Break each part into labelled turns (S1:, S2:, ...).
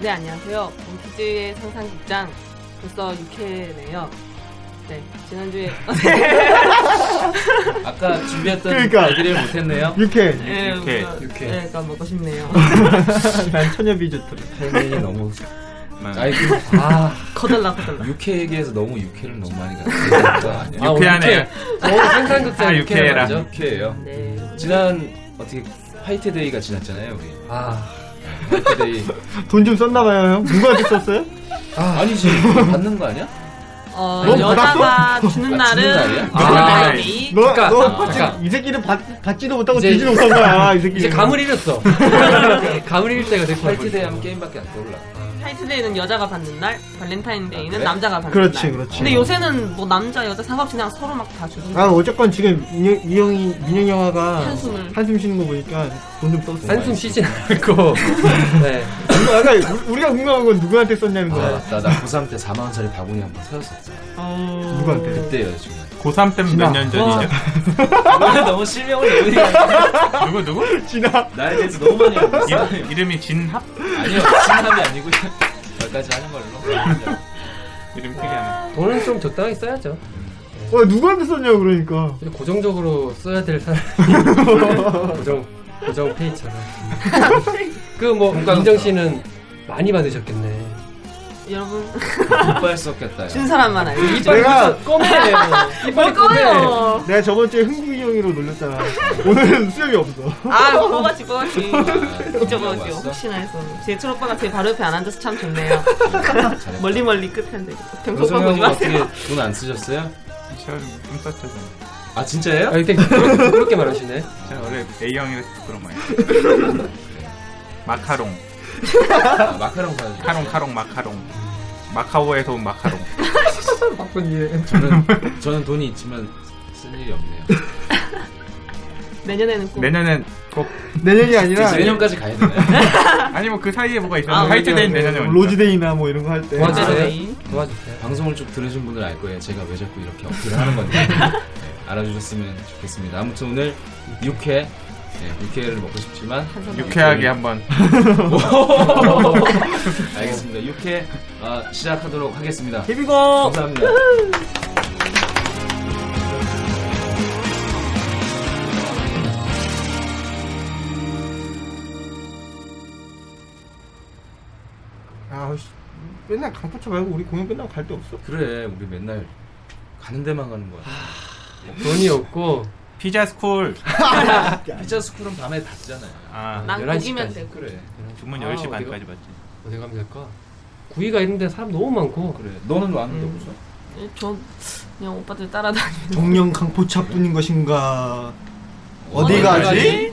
S1: 네, 안녕하세요. 범피즈의 상상극장 벌써 6회네요. 네, 지난주에
S2: 아까 준비했던 그러니까. 얘기를 못했네요.
S3: 이렇게
S1: 네,
S4: 육회,
S1: 뭔가-
S2: 육회.
S1: 네, 그러니까 먹고 싶네요.
S3: 난 천연비 좋더라.
S2: 팬이 너무.
S4: 네.
S2: 아이, 그- 아,
S1: 커달라, 커달라.
S2: 육회 얘기해서 너무 육회를 너무 많이 갔어요.
S4: 유쾌하네요.
S2: 오늘 상상극장
S4: 아,
S2: 어, 육회라.
S4: 육회라.
S2: 육회예요.
S1: 네.
S2: 지난, 어떻게, 화이트데이가 지났잖아요, 우리. 아. 화이트데이.
S3: 돈 좀 썼나봐요, 형. 누가 이렇게 썼어요?
S2: 아, 니지 받는 거 아니야?
S1: 어,
S3: 너
S1: 여자가 주는
S2: 아, 주는 날이야?
S1: 날은 네.
S2: 아,
S1: 가만히.
S3: 너,
S2: 잠깐,
S3: 너,
S2: 아,
S3: 받지-
S2: 잠깐.
S3: 이 새끼는 받, 받지도 못하고
S2: 이제-
S3: 주지 못한 거야, 이 새끼.
S2: 이제 감을 잃었어. 감을 잃을 때가 됐어. 화이트데이 하면 게임밖에 안 떠올라.
S1: 화이트데이는 여자가 받는 날, 발렌타인데이는
S2: 아, 그래?
S1: 남자가 받는
S3: 그렇지,
S1: 날.
S3: 그렇지.
S1: 근데 요새는 뭐 남자, 여자 상관없이 그냥 서로 막 다 주는
S3: 아, 어쨌건 지금 민영, 이영이, 민영 영화가
S1: 한숨을.
S3: 한숨 쉬는 거 보니까 돈 좀 썼어.
S2: 한숨 쉬진 않고. 네.
S3: 누가- 아까 우- 우리가 궁금한 건 누구한테 썼냐는
S2: 아,
S3: 거야.
S2: 맞다. 나 고3 때 4만원짜리 바구니 한 번 세웠었어. 아.
S1: 어...
S3: 누구한테?
S2: 그때 여자친구.
S4: 고3 때면 몇 년 전이죠.
S2: 너는 너무 실명을 내리까
S4: 누구 누구?
S3: 진아.
S2: 나에 대해서 너무 많이 알고 있어.
S4: 이름, 이름이 진합?
S2: 아니요, 진함이 아니고 여기까지 하는 걸로.
S4: 이름 특이하네.
S5: 돈은 좀 적당히 써야죠.
S3: 어, 누구한테 썼냐고, 그러니까.
S5: 근데 고정적으로 써야 될 사람 고정 고정 페이처럼. 그뭐
S2: 공감
S5: 민정 씨는 많이 받으셨겠네.
S1: 여러분,
S2: 이빨 썩겠다.
S1: 준 사람만 알지.
S5: 네.
S3: 내가,
S2: 꺼내요. 이빨 꺼내.
S1: 꺼요!
S3: 내가 저번 주에 흥국이 형이로 놀렸잖아. 오늘은 수염이 없어.
S1: 아, 뽑았지, 뽑았지. 진짜
S2: 뽑았어?
S1: 뽑았지. 혹시나 해서. 제 초록바가 제 바로 옆에 안 앉아서 참 좋네요. 멀리 멀리 끝한데. 병석 오빠 보지
S2: 로정형
S1: 마세요.
S2: 어떻게 돈 안 쓰셨어요?
S4: 시험 좀 네. 썼죠. 저는.
S2: 아 진짜예요?
S5: 아 근데 그렇게, 그렇게 말하시네.
S4: 저는 원래 아, A형이라서 그런 거예요. 마카롱.
S2: 아, 마카롱 사주.
S4: 카롱, 카롱, 마카롱. 마카오에서 온 마카롱.
S5: 바쁜 일.
S2: 저는 저는 돈이 있지만 쓸 일이 없네요.
S1: 내년에는 꼭.
S4: 내년엔 꼭,
S3: 내년이 아니라, 예.
S2: 내년까지 가야 되나요?
S4: 아니 뭐 그 사이에 뭐가
S1: 아,
S4: 있었는데 화이트데이는 내년에 오니까.
S3: 음, 로즈데이나 뭐 이런 거 할 때.
S5: 맞아.
S1: 네.
S5: 도와주세요.
S2: 방송을 쭉 들으신 분들 알 거예요. 제가 왜 자꾸 이렇게 어필을 하는 건지 네, 알아주셨으면 좋겠습니다. 아무튼 오늘 6회 네, 6회를 먹고 싶지만
S4: 유쾌하게 한번.
S2: 알겠습니다. 6회 아, 시작하도록 하겠습니다.
S1: 데뷔고!
S2: 감사합니다.
S3: 아, 씨. 맨날 강포차 말고 우리 공연 끝나고 갈 데 없어.
S2: 그래 우리 맨날 가는 데만 가는 거야.
S5: 돈이 없고
S4: 피자 스쿨.
S1: 아,
S2: 피자 스쿨은 밤에 닫잖아요.
S4: 아,
S1: 난
S5: 11시
S1: 고기면
S5: 까지.
S1: 되고.
S2: 그래
S4: 주문
S5: 아,
S4: 10시
S5: 어디가?
S4: 반까지 봤지.
S5: 어디 가면 될까? 구이가 있는데 사람 너무 많고.
S2: 그래. 너는 왔는데
S1: 음.
S2: 없어?
S1: 저 그냥 오빠들 따라다니는.
S3: 정령 강포차뿐인 것인가? 어디
S2: 어디
S3: 가지?
S2: 가지?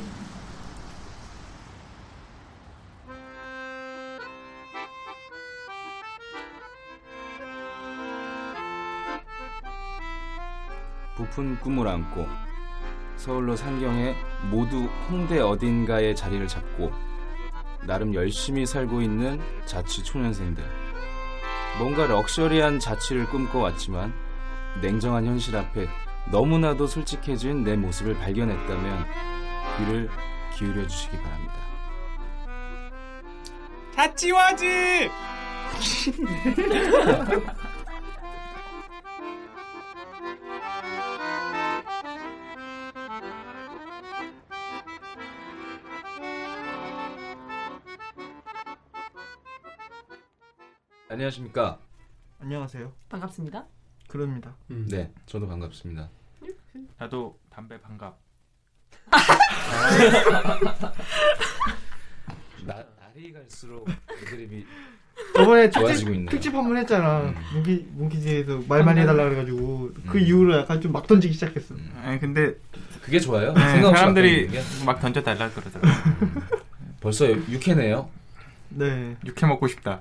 S2: 부푼 꿈을 안고 서울로 상경해 모두 홍대 어딘가에 자리를 잡고 나름 열심히 살고 있는 자취 초년생들. 뭔가 럭셔리한 자취를 꿈꿔왔지만 냉정한 현실 앞에 너무나도 솔직해진 내 모습을 발견했다면 귀를 기울여 주시기 바랍니다.
S4: 자찌와지!
S2: 안녕하십니까?
S3: 안녕하세요.
S1: 반갑습니다.
S3: 그럽니다.
S4: 음.
S2: 네, 저도 반갑습니다.
S4: 나도 담배 반갑.
S2: 나, 날이 갈수록 그 애드립이
S3: 저번에
S2: 좋아지고 있네요.
S3: 특집, 특집 한 번 했잖아.
S2: 음.
S3: 문기 문기지에서 말 많이 해달라 그래가지고 그 이후로 약간 좀 막 던지기 시작했어.
S4: 아니 근데
S2: 그게 좋아요.
S4: 네,
S2: 생각 없이
S4: 사람들이
S2: 바뀌는 게.
S4: 막 던져달라 그러더라고.
S2: 벌써 6회네요.
S3: 네.
S4: 육회 먹고 싶다.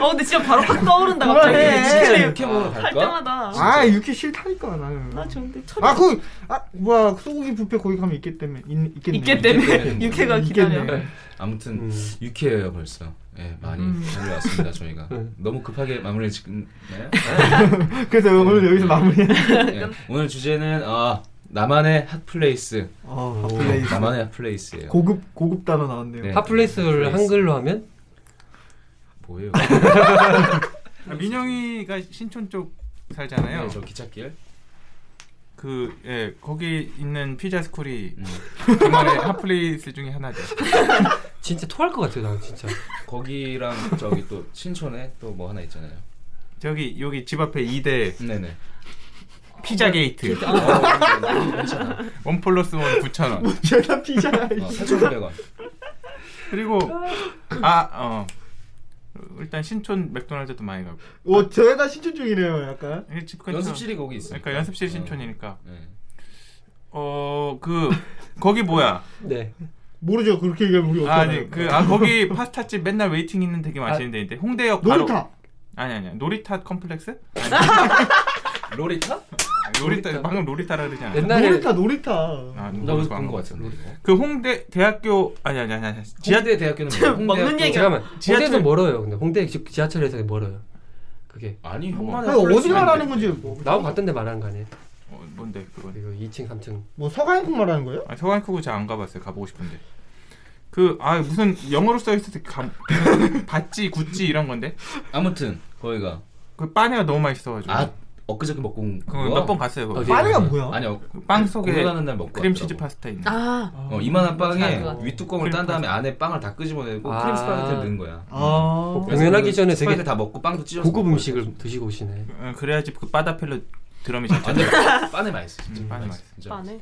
S1: 어 근데 진짜 바로 확 떠오른다 갑자기.
S3: 그래.
S1: 진짜
S2: 진짜
S1: 아, 이렇게
S2: 6회 먹으러
S1: 할
S2: 갈까?
S1: 때마다.
S3: 아 육회 싫다니까 나는.
S1: 나 좋은데 첫
S3: 아 그 아 뭐야 소고기 뷔페 거기 가면 있기 때문에 있, 있겠네. 음,
S1: 있기 때문에
S2: 있겠네.
S1: 육회가 기다려.
S3: 있겠네.
S2: 아무튼
S5: 음.
S2: 6회예요 벌써. 예, 많이
S1: 음.
S2: 달려왔습니다 저희가.
S5: 음.
S2: 너무 급하게 마무리 짓나요?
S3: 그래서 오늘 여기서 마무리.
S2: 예, 오늘 주제는 아 나만의 핫플레이스.
S3: 어, 핫플레이스.
S2: 나만의 핫플레이스예요.
S3: 고급 고급 단어 나왔네요.
S2: 네.
S5: 핫플레이스를 한글로 하면
S2: 뭐예요?
S4: 아, 민영이가 신촌 쪽 살잖아요.
S2: 네, 저 기찻길.
S4: 그 예, 거기 있는 피자 스쿨이
S2: 음.
S4: 정말 핫플레이스 중에 하나죠.
S5: 진짜 토할 것 같아요, 나 진짜.
S2: 거기랑 저기 또 신촌에 또 뭐 하나 있잖아요.
S4: 저기 여기 집 앞에 2대
S2: 네네.
S4: 피자 게이트
S2: 어, 네네. 괜찮아.
S4: 원 플러스 원 9천 원.
S3: 제가 피자.
S2: 어, 8,900원.
S4: 그리고 아 어. 일단 신촌 맥도날드도 많이 가고.
S3: 오 제가 신촌 중이네요 약간.
S4: 이게 집 근처.
S2: 연습실이 거기 있어요.
S4: 그렇죠. 그러니까 연습실 신촌이니까.
S2: 네.
S4: 어, 그 거기 뭐야?
S5: 네.
S3: 모르죠 그렇게 얘기하면 우리 어떡하나.
S4: 아니, 그 아 거기 파스타집 맨날 웨이팅 있는 되게 맛있는 데인데. 홍대역 바로
S3: 놀이터.
S4: 아니 아니야. 놀이타 컴플렉스?
S2: 로리타?
S4: 아니, 놀이타 방금 놀이타라 그러지 않았어?
S5: 옛날에
S3: 놀이터 놀이터.
S4: 아,
S2: 나
S4: 놀이터
S2: 어디서 본것
S4: 방금.
S2: 같은데. 이거.
S4: 그 홍대 대학교 아니 아니 아니 아니. 지하
S2: 홍대 대학교는 뭐예요? 홍대
S1: 먹는
S2: 대학교-
S1: 얘기-
S5: 잠깐만.
S4: 지하철-
S5: 홍대도 멀어요. 근데 홍대 지- 지하철에서 멀어요. 그게
S2: 아니
S3: 아니,
S2: 형만
S3: 어디 말하는 건지 뭐,
S5: 나하고 같은 데 말하는 거 아니에요?
S4: 어, 뭔데 그건?
S5: 이거 2층, 3층.
S3: 뭐 서가인국 말하는 거예요?
S4: 아니, 서강 크고 잘 안 가봤어요. 가보고 싶은데. 그 아 무슨 영어로 써 있어서 감 봤지 구찌 이런 건데
S2: 아무튼 거기가
S4: 그 빠네가 너무 맛있어가지고
S2: 아 엊그저께 먹고 온
S4: 그거 몇 번 갔어요 그거
S5: 어디?
S3: 빠네가 뭐야?
S2: 아니 어,
S4: 빵 속에
S2: 올라가는 날 먹고
S4: 크림치즈
S2: 왔더라고.
S4: 파스타 있는
S1: 아
S2: 어, 이만한 빵에
S1: 맞아, 맞아.
S2: 윗뚜껑을
S4: 크림
S2: 딴 다음에 안에 빵을 다 끄집어내고
S5: 아.
S2: 크림 스파게티를 넣은 거야
S3: 아.
S5: 그래서 공연하기 전에 되게
S2: 스파게티 다 먹고 빵도 찢어서
S5: 고급
S2: 먹고
S5: 음식을 드시고 오시네.
S4: 어, 그래야지 그 빠다펠로 드럼이 잘
S2: 완전 맛있어. 빠네 맛있어 진짜
S4: 음, 빠네
S2: 맛있어 진짜
S1: 빠네.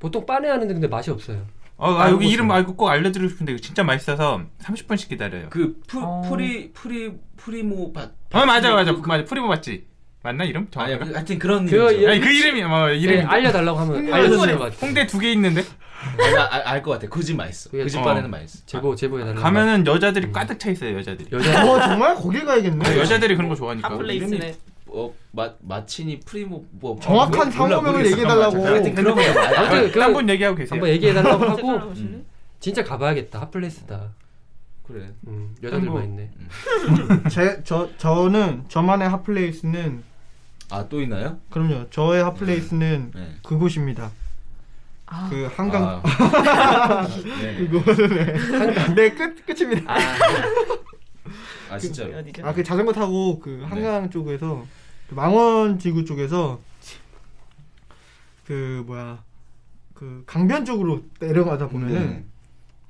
S5: 보통 빠네 하는데 근데 맛이 없어요.
S4: 어, 아, 여기
S5: 알고
S4: 이름
S5: 싶어요.
S4: 알고 꼭 알려드리고 싶은데 이거 진짜 맛있어서 30분씩 기다려요.
S2: 그 프,
S1: 어.
S2: 프리 프리 프리모 밭
S4: 어 맞아 맞아 그, 맞아 프리모 맞지? 맞나 이름? 정확
S2: 아니야
S4: 아니
S2: 그- 하여튼 그런
S5: 그거
S2: 이름이죠.
S5: 예-
S4: 그 이름이 뭐 이름이
S5: 네, 알려달라고 하면 알려주는 것 같아요.
S4: 홍대 두 개 있는데
S2: 알것 같아 그 집 맛있어 그 집
S4: 어.
S2: 빠네는 맛있어
S5: 제보 제보해달라고.
S4: 가면은 여자들이 가득 차 있어요 여자들이.
S5: 여자
S3: 어 정말 거길 가야겠네.
S4: 아, 여자들이 그런 거 좋아하니까.
S1: 핫플레이스네.
S2: 어, 그러니까 마, 마치니 프리모 뭐
S3: 정확한
S2: 몰라,
S3: 상호명을
S2: 모르겠어.
S3: 얘기해달라고.
S2: 하여튼 그런 거야 아,
S5: 아무튼 그-
S4: 딴분 얘기하고 계세요.
S5: 한번 얘기해달라고
S1: 하고
S5: 하고 진짜 가봐야겠다. 핫플레이스다.
S2: 그래
S5: 음, 여자들만 있네.
S3: 제, 저, 저는 저만의 핫플레이스는
S2: 아 또 있나요?
S3: 그럼요. 저의 핫플레이스는
S2: 네.
S3: 그곳입니다.
S1: 아.
S3: 그 한강
S2: 아. 네.
S3: 그거는 네 끝, 끝입니다.
S2: 아 진짜로.
S1: 어디죠?
S3: 아 그 자전거 타고 그 한강 쪽에서 그 망원 지구 쪽에서 그 뭐야 그 강변 쪽으로 내려가다 보면은
S2: 네.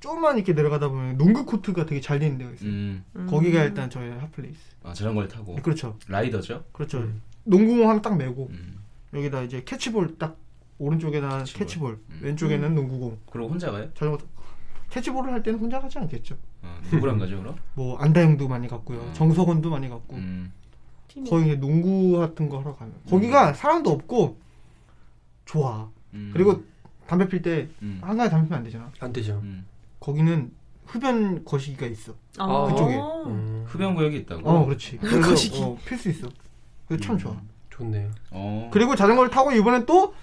S3: 조금만 이렇게 내려가다 보면 농구 코트가 되게 잘 되는 데가 있어요.
S2: 음.
S3: 거기가 일단 저의 핫플레이스.
S2: 아 자전거를 타고
S3: 그렇죠.
S2: 라이더죠?
S3: 그렇죠. 농구공 하나 딱 메고
S2: 음.
S3: 여기다 이제 캐치볼 딱 오른쪽에다
S2: 캐치볼.
S3: 캐치볼,
S2: 음.
S3: 왼쪽에는 농구공.
S2: 그리고 혼자 가요?
S3: 자전거 타- 캐치볼을 할 때는 혼자 하지 않겠죠.
S2: 어, 누구랑 가죠 그럼?
S3: 뭐 안다영도 많이 갔고요.
S2: 음.
S3: 정석원도 많이 갔고.
S2: 음.
S3: 거의 이제 농구 같은 거 하러 가면 거기가 사람도 없고 좋아.
S2: 음.
S3: 그리고 담배 필 때
S2: 음.
S3: 한가에 담배 피면 안 되잖아.
S5: 안 되죠.
S2: 음.
S3: 거기는 흡연 거시기가 있어.
S1: 아.
S3: 그쪽에.
S5: 음,
S2: 흡연 구역이 있다고.
S3: 어, 그렇지. 그래서 어, 필수 있어.
S2: 음.
S3: 그래서 참 좋아.
S5: 좋네요.
S2: 어.
S3: 그리고 자전거를 타고 이번엔 또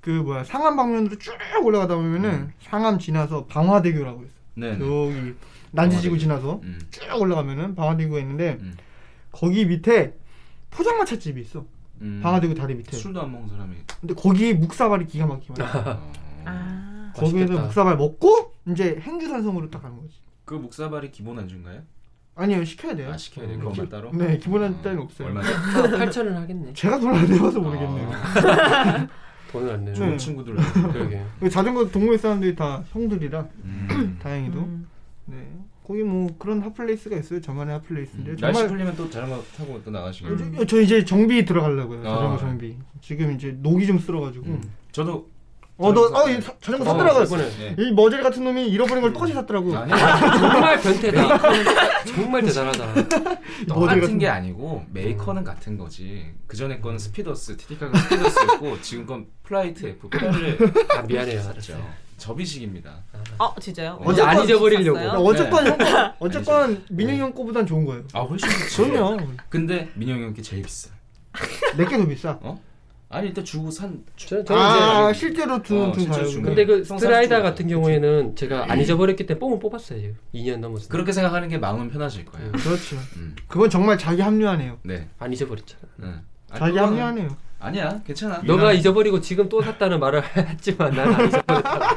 S3: 그 뭐야 상암 방면으로 쭉 올라가다 보면은 상암 지나서 방화대교라고 있어.
S2: 음. 네. 네.
S3: 여기
S2: 방화대교.
S3: 난지지구 지나서
S2: 음.
S3: 쭉 올라가면은 방화대교가 있는데
S2: 음.
S3: 거기 밑에 포장마차 집이 있어.
S2: 음.
S3: 방화대교 다리 밑에.
S2: 술도 안 먹은 사람이.
S3: 근데 거기 묵사발이 기가 막히게 많아.
S2: 어.
S1: 아.
S3: 거기에서
S5: 맛있겠다.
S3: 묵사발 먹고 이제 행주산성으로 딱 가는 거지.
S2: 그 묵사발이 기본 안주인가요?
S3: 아니요 시켜야 돼요.
S2: 아 시켜야 돼. 그것만 따로.
S3: 네 기본한 따위 없어요. 네.
S2: 얼마? 아.
S5: 8천을 하겠네.
S3: 제가 돈을 안 내봐서 모르겠네요.
S5: 돈을 안
S3: 네.
S5: 내요.
S2: 친구들.
S5: 그러게.
S3: 자전거 동호회 사람들이 다 형들이라
S2: 음.
S3: 다행히도
S1: 음.
S3: 네 거기 뭐 그런 핫플레이스가 있어요. 저만의 핫플레이스인데
S2: 음, 날씨
S3: 네, 정말 음.
S2: 풀리면 또 자전거 타고 또 나가시겠죠.
S1: 풀리면-
S3: 저, 저 이제 정비 들어가려고요.
S2: 아.
S3: 자전거 정비. 지금 이제 녹이 좀 쓸어가지고
S2: 음. 저도
S3: 어너어 자전거 샀더라고
S5: 이번에.
S2: 네.
S3: 이 머젤 같은 놈이 잃어버린 걸 똑같이 샀더라고.
S2: 아니,
S5: 정말 변태다. 정말 대단하다.
S3: 머리
S2: 뭐 똑같은
S3: 같은
S2: 게
S3: 거.
S2: 아니고 메이커는 같은 거지. 그 전에 거는 스피더스, 티티카가 스피더스였고 지금 건 플라이트 F 8을
S5: 아 미안해요.
S2: 샀죠. 접이식입니다.
S1: 어 진짜요? 아,
S2: 어제
S5: 안
S1: 어떤 거
S5: 잊어버리려고.
S3: 야,
S1: 샀어요?
S3: 어쨌건
S2: 네.
S3: 형 거- 어쨌건 민영이 형 거보단 좋은 거예요.
S2: 아 훨씬 좋죠.
S3: 그럼요.
S2: 근데 민영이 형께 제일 비싸.
S3: 내게 더 비싸.
S2: 아니 일단 주고 산
S5: 저, 저는 이제
S3: 아
S2: 이제-
S3: 실제로 둔
S2: 어,
S3: 둔
S2: 실제로
S3: 가요.
S2: 준
S5: 근데 그
S2: 성산
S5: 스트라이다
S2: 쪽으로.
S5: 같은 경우에는 제가 안 잊어버렸기 때문에 뽕을 뽑았어요. 2년 넘었어요.
S2: 그렇게 생각하는 게 마음은 편하실 거예요.
S3: 그렇죠.
S2: 음.
S3: 그건 정말 자기 합류하네요.
S2: 네.
S5: 안 잊어버렸잖아.
S2: 응. 아니, 그러니까.
S3: 자기
S2: 그거는-
S3: 합류하네요.
S2: 아니야, 괜찮아.
S5: 너가 잊어버리고 지금 또 샀다는 말을 했지만 난 안 잊어버렸다.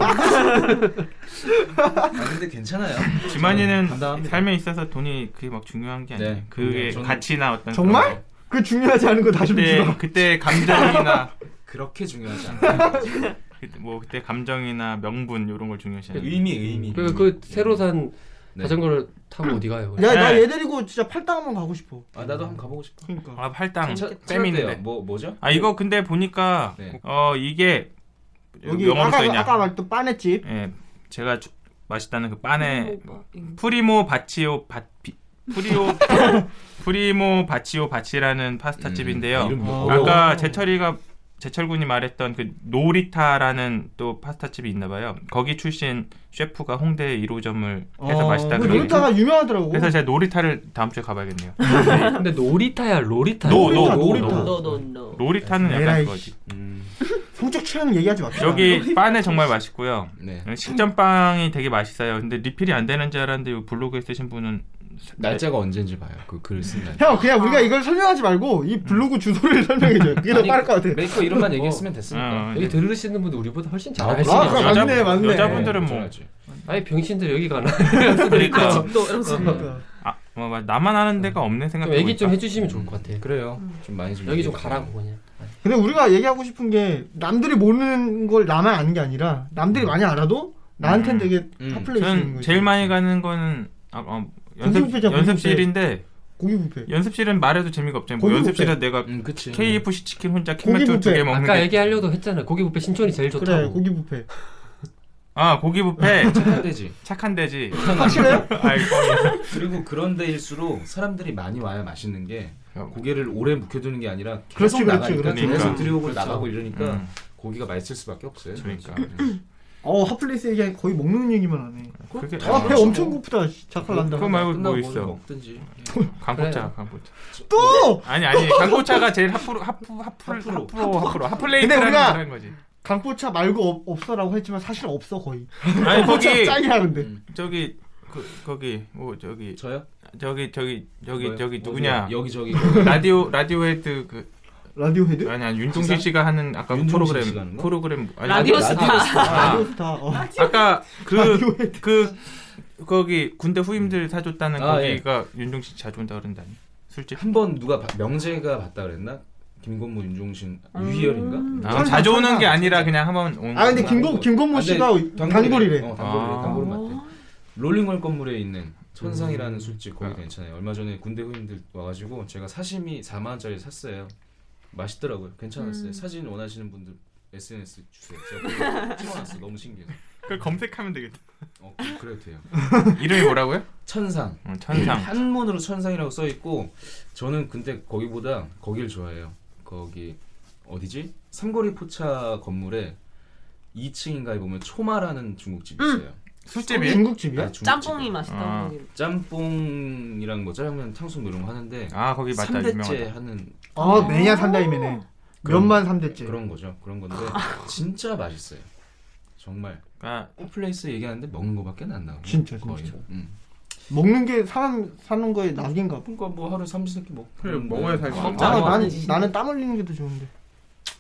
S2: 아, 근데 괜찮아요. 저는
S4: 지만이는
S2: 감당합니다.
S4: 삶에 있어서 돈이 그게 막 중요한 게 아니에요.
S2: 네.
S4: 그게
S2: 네, 저는-
S4: 가치나 어떤
S3: 정말?
S4: 그런 거.
S3: 그 중요하지 않은 거 다 좀
S4: 네,
S2: 네.
S4: 그때
S3: 주라.
S4: 그때 감정이나
S2: 그렇게 중요하지 않아.
S4: 그때 뭐 그때 감정이나 명분 이런 걸 중요시하는.
S2: 의미, 의미.
S5: 그, 그 새로 산
S2: 음. 네.
S5: 자전거를 타고 어디 가요?
S3: 야, 나
S4: 네.
S3: 얘 데리고 진짜 팔당 한번 가고 싶어.
S2: 아, 나도 한번 가보고 싶어.
S3: 그러니까.
S4: 아 팔당
S2: 차-
S4: 쌤이
S2: 차라리요.
S4: 있는데.
S2: 뭐 뭐죠?
S4: 아 이거 근데 보니까
S2: 네.
S4: 어 이게
S3: 여기
S4: 영어로
S3: 아까
S4: 써있냐?
S3: 아까 말했던 빠네집.
S4: 예, 제가 주- 맛있다는 그 빠네 프리모 바치오 바 비- 프리오 프리모 바치오 바치라는 파스타
S2: 음,
S4: 집인데요.
S2: 이름이
S3: 어.
S2: 어려워.
S4: 아까 제철이가 제철군이 말했던 그 노리타라는 또 파스타 집이 있나봐요. 거기 출신 셰프가 홍대 1호점을 해서
S3: 그
S4: 맛있다 그러니까. 그러네요.
S3: 놀이터가 유명하더라고.
S4: 그래서 제가 노리타를 다음 주에 가봐야겠네요.
S3: 어?
S5: 근데 놀이타야 로리타.
S4: 노, 노,
S3: 뭐 놀이터.
S1: 노노노
S4: 노리타는
S3: 에라이 아,
S4: 약간 그거지.
S2: 음,
S3: 성적 취향 얘기하지 마.
S4: 여기 빠네 정말 맛있고요.
S2: 네.
S4: 식전빵이 되게 맛있어요. 근데 리필이 안 되는 줄 알았는데 이 블로그에 쓰신 분은 네.
S2: 날짜가 언제인지 봐요. 그 글을 쓴 날.
S3: 형 그냥 우리가 이걸 설명하지 말고 이 블로그 주소를 설명해줘요. 그게 더
S2: 아니,
S3: 빠를 것 같아.
S2: 메이커 이름만 얘기했으면 됐으니까. 네,
S4: 어,
S5: 여기 들으시는 분들 우리보다 훨씬 잘
S2: 아,
S5: 알수
S3: 아,
S5: 있어.
S3: 그럼 맞네, 맞네.
S4: 여자분들은 뭐
S2: 어쩌라지.
S5: 아니 병신들 여기 가나?
S4: 그러니까
S1: 집도 아, 이러면서
S3: 그러니까.
S4: 아, 뭐, 뭐, 나만 아는 데가 없네 생각.
S5: 좀 얘기 좀 해주시면 좋을 것 같아.
S2: 그래요. 좀 많이 좀
S5: 여기 음. 좀
S2: 얘기해봐요.
S5: 가라고 그냥.
S3: 근데 우리가 얘기하고 싶은 게 남들이 모르는 걸 나만 아는 게 아니라 남들이 많이 알아도 나한텐
S4: 음.
S3: 되게
S2: 음.
S3: 핫플레이 음. 있는
S4: 저는
S3: 거지.
S4: 제일 많이 가는 거는 아, 어, 연습
S3: 공중부패죠, 공중부패.
S4: 연습실인데
S3: 고기 뷔페.
S4: 연습실은 말해도 재미가 없잖아요. 뭐
S3: 공중부패.
S4: 연습실에 내가
S2: 음, 그치.
S4: KFC 치킨 혼자
S3: 공중부패.
S4: 캔맥주 두개 먹는
S5: 아까
S4: 게
S5: 얘기하려고 했잖아. 고기 뷔페 신촌이 제일 좋다고.
S3: 그래 고기 뷔페.
S4: 아, 고기 뷔페
S2: 착한데지.
S4: 착한 데지.
S3: 확실해요?
S4: 아이고.
S2: 그리고 그런 데일수록 사람들이 많이 와야 맛있는 게 고개를 오래 묵혀두는 게 아니라 계속
S3: 그렇지, 그렇지,
S2: 나가니까
S3: 그렇지.
S2: 계속
S4: 그러니까.
S2: 드리오고 나가고 이러니까
S4: 음.
S2: 고기가 맛있을 수밖에 없어요. 음.
S4: 그러니까.
S3: 어 핫플레이스 얘기 거의 먹는 얘기만 하네.
S4: 그게
S3: 아 배
S2: 그렇죠.
S3: 엄청 고프다. 자칼난다.
S4: 그거 말고 뭐
S2: 끝나고
S4: 있어?
S2: 먹든지.
S4: 강포차, 강포차.
S3: 또
S4: 아니 아니, 강포차가 제일 핫프로 핫프 핫프로
S2: 핫프로.
S4: 핫프로 핫프로
S3: 근데
S4: 핫플레이트라는
S3: 우리가-
S4: 거라는 거지.
S3: 강포차 말고 없, 없어라고 했지만 사실 없어 거의.
S4: 아니
S3: 포차
S4: 거기
S3: 짱이야 근데.
S4: 저기 그, 거기 뭐 저기
S2: 저요?
S4: 저기 저기 저기
S2: 뭐요?
S4: 저기
S2: 어디요?
S4: 누구냐?
S2: 여기 저기.
S4: 라디오 라디오 헤드 그
S3: 라디오 헤드?
S4: 아니 아니 윤종신
S2: 기사?
S4: 씨가 하는 아까
S2: 윤종신
S4: 프로그램
S2: 씨가 하는 거?
S4: 프로그램 아니,
S1: 라디오
S4: 아니,
S1: 스타
S3: 아, 라디오 스타. 어.
S4: 아까 그
S3: 라디오
S4: 그
S3: 헤드.
S4: 거기 군대 후임들 사줬다는
S2: 아,
S4: 거기가 윤종신 씨 자주 온다 그런다니 술집
S2: 한 번 누가 봐- 명재가 봤다 그랬나? 김건모, 윤종신,
S3: 음.
S2: 유희열인가?
S4: 아, 자주 오는 게 아니라 그냥 한번 오는
S3: 아 근데
S4: 거구나.
S3: 김건 김건모
S2: 아,
S3: 씨가
S2: 근데
S3: 단골이래.
S2: 어, 단골이래.
S4: 아.
S2: 단골은 맞대. 롤링몰 건물에 있는 천상이라는 술집 거기 괜찮아요. 얼마 전에 군대 후임들 와가지고 제가 사시미 4만 원짜리 샀어요. 맛있더라고요. 괜찮았어요. 사진 원하시는 분들 SNS 주세요. 제가 찍어놨어. 너무 신기해서.
S4: 그걸 검색하면 되겠다
S2: 어, 그- 그래도 돼요.
S4: 이름이 뭐라고요?
S2: 천상.
S4: 어,
S2: 음.
S4: 천상
S2: 한문으로 천상이라고 써 있고 저는 근데 거기보다 거길 좋아해요. 거기 어디지? 삼거리 포차 건물에 2층인가에 보면 초마라는 중국집이 있어요.
S4: 술집이
S3: 중국집이야?
S2: 아니, 중국집이.
S1: 짬뽕이
S4: 아.
S1: 맛있다 거기
S2: 짬뽕이랑 뭐 짜장면, 탕수육 뭐 이런 거 하는데
S4: 아 거기 맞다
S2: 3대째
S4: 유명하다
S2: 하는
S3: 아 매냐 산다이메네. 면만 3대째.
S2: 그런 거죠. 그런 건데 진짜 맛있어요. 정말
S4: 아,
S2: 홈플레이스 얘기하는데 먹는 거밖에 안 나와요.
S3: 진짜,
S2: 거의.
S3: 진짜.
S2: 음.
S3: 먹는 게 사람 사는 거에 낙인가 봐.
S2: 그러니까 뭐 하루 삼시세끼 먹고
S4: 그래, 먹어야 살지.
S2: 아,
S3: 아,
S4: 아,
S3: 나는
S1: 아니지.
S3: 나는 땀 흘리는 게 더 좋은데.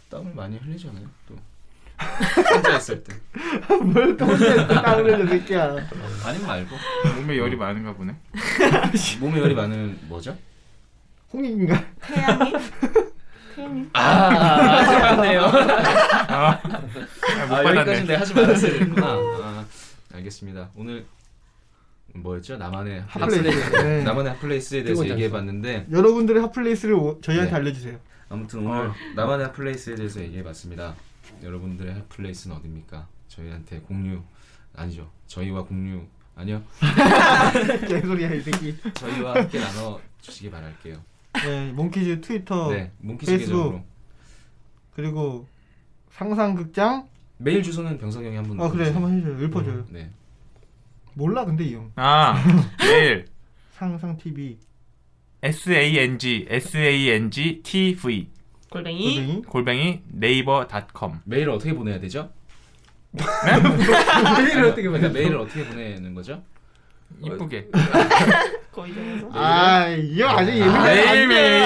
S2: 땀을 많이 흘리잖아요. 또 혼자 있을 때
S3: 뭘 땀을 땀 흘려 새끼야.
S2: 아니면 말고
S4: 몸에
S2: 음.
S4: 열이 많은가 보네
S2: 몸에 열이 많은 뭐죠?
S3: 홍익인가?
S1: 태양이
S2: 아, 잘하네요.
S4: 아, 못
S2: 아, 여기까지
S4: 받았네
S2: 내가 하지 말았어야 되는구나. 아, 알겠습니다. 오늘 뭐였죠? 나만의 핫플레이스.
S3: 핫플레이스. 네.
S2: 나만의 핫플레이스에 대해서
S5: 뜨거운 장소.
S2: 얘기해봤는데
S3: 여러분들의 핫플레이스를 오- 저희한테
S2: 네.
S3: 알려주세요.
S4: 아.
S2: 아무튼 오늘 나만의 핫플레이스에 대해서 얘기해봤습니다. 여러분들의 핫플레이스는 어딥니까? 저희한테 공유 아니죠. 저희와 공유 아니요.
S3: 개소리야 이 새끼.
S2: 저희와 함께 나눠 주시기 바랄게요.
S3: 네, 몽키즈
S4: 어,
S3: 트위터
S2: 네, 몽키즈
S3: 페이스북.
S2: 계정으로
S3: 그리고 상상극장.
S2: 메일 주소는 병성 형이 한번
S3: 아 그래 한번 해줘요. 읊어줘요.
S2: 네.
S3: 몰라 근데 이 형.
S4: 아, 내일
S3: 상상 TV.
S4: S A N G S A N G T V
S1: 골뱅이
S3: 선생님?
S4: 골뱅이 네이버닷컴
S2: 메일을 어떻게 보내야 되죠?
S4: 네?
S2: 메일을 어떻게 보내? 메일을 어떻게 보내는 거죠?
S4: 이쁘게
S2: 어.
S1: 거의 정해서
S3: 아, 이거 아주 예민해.
S4: 매일매일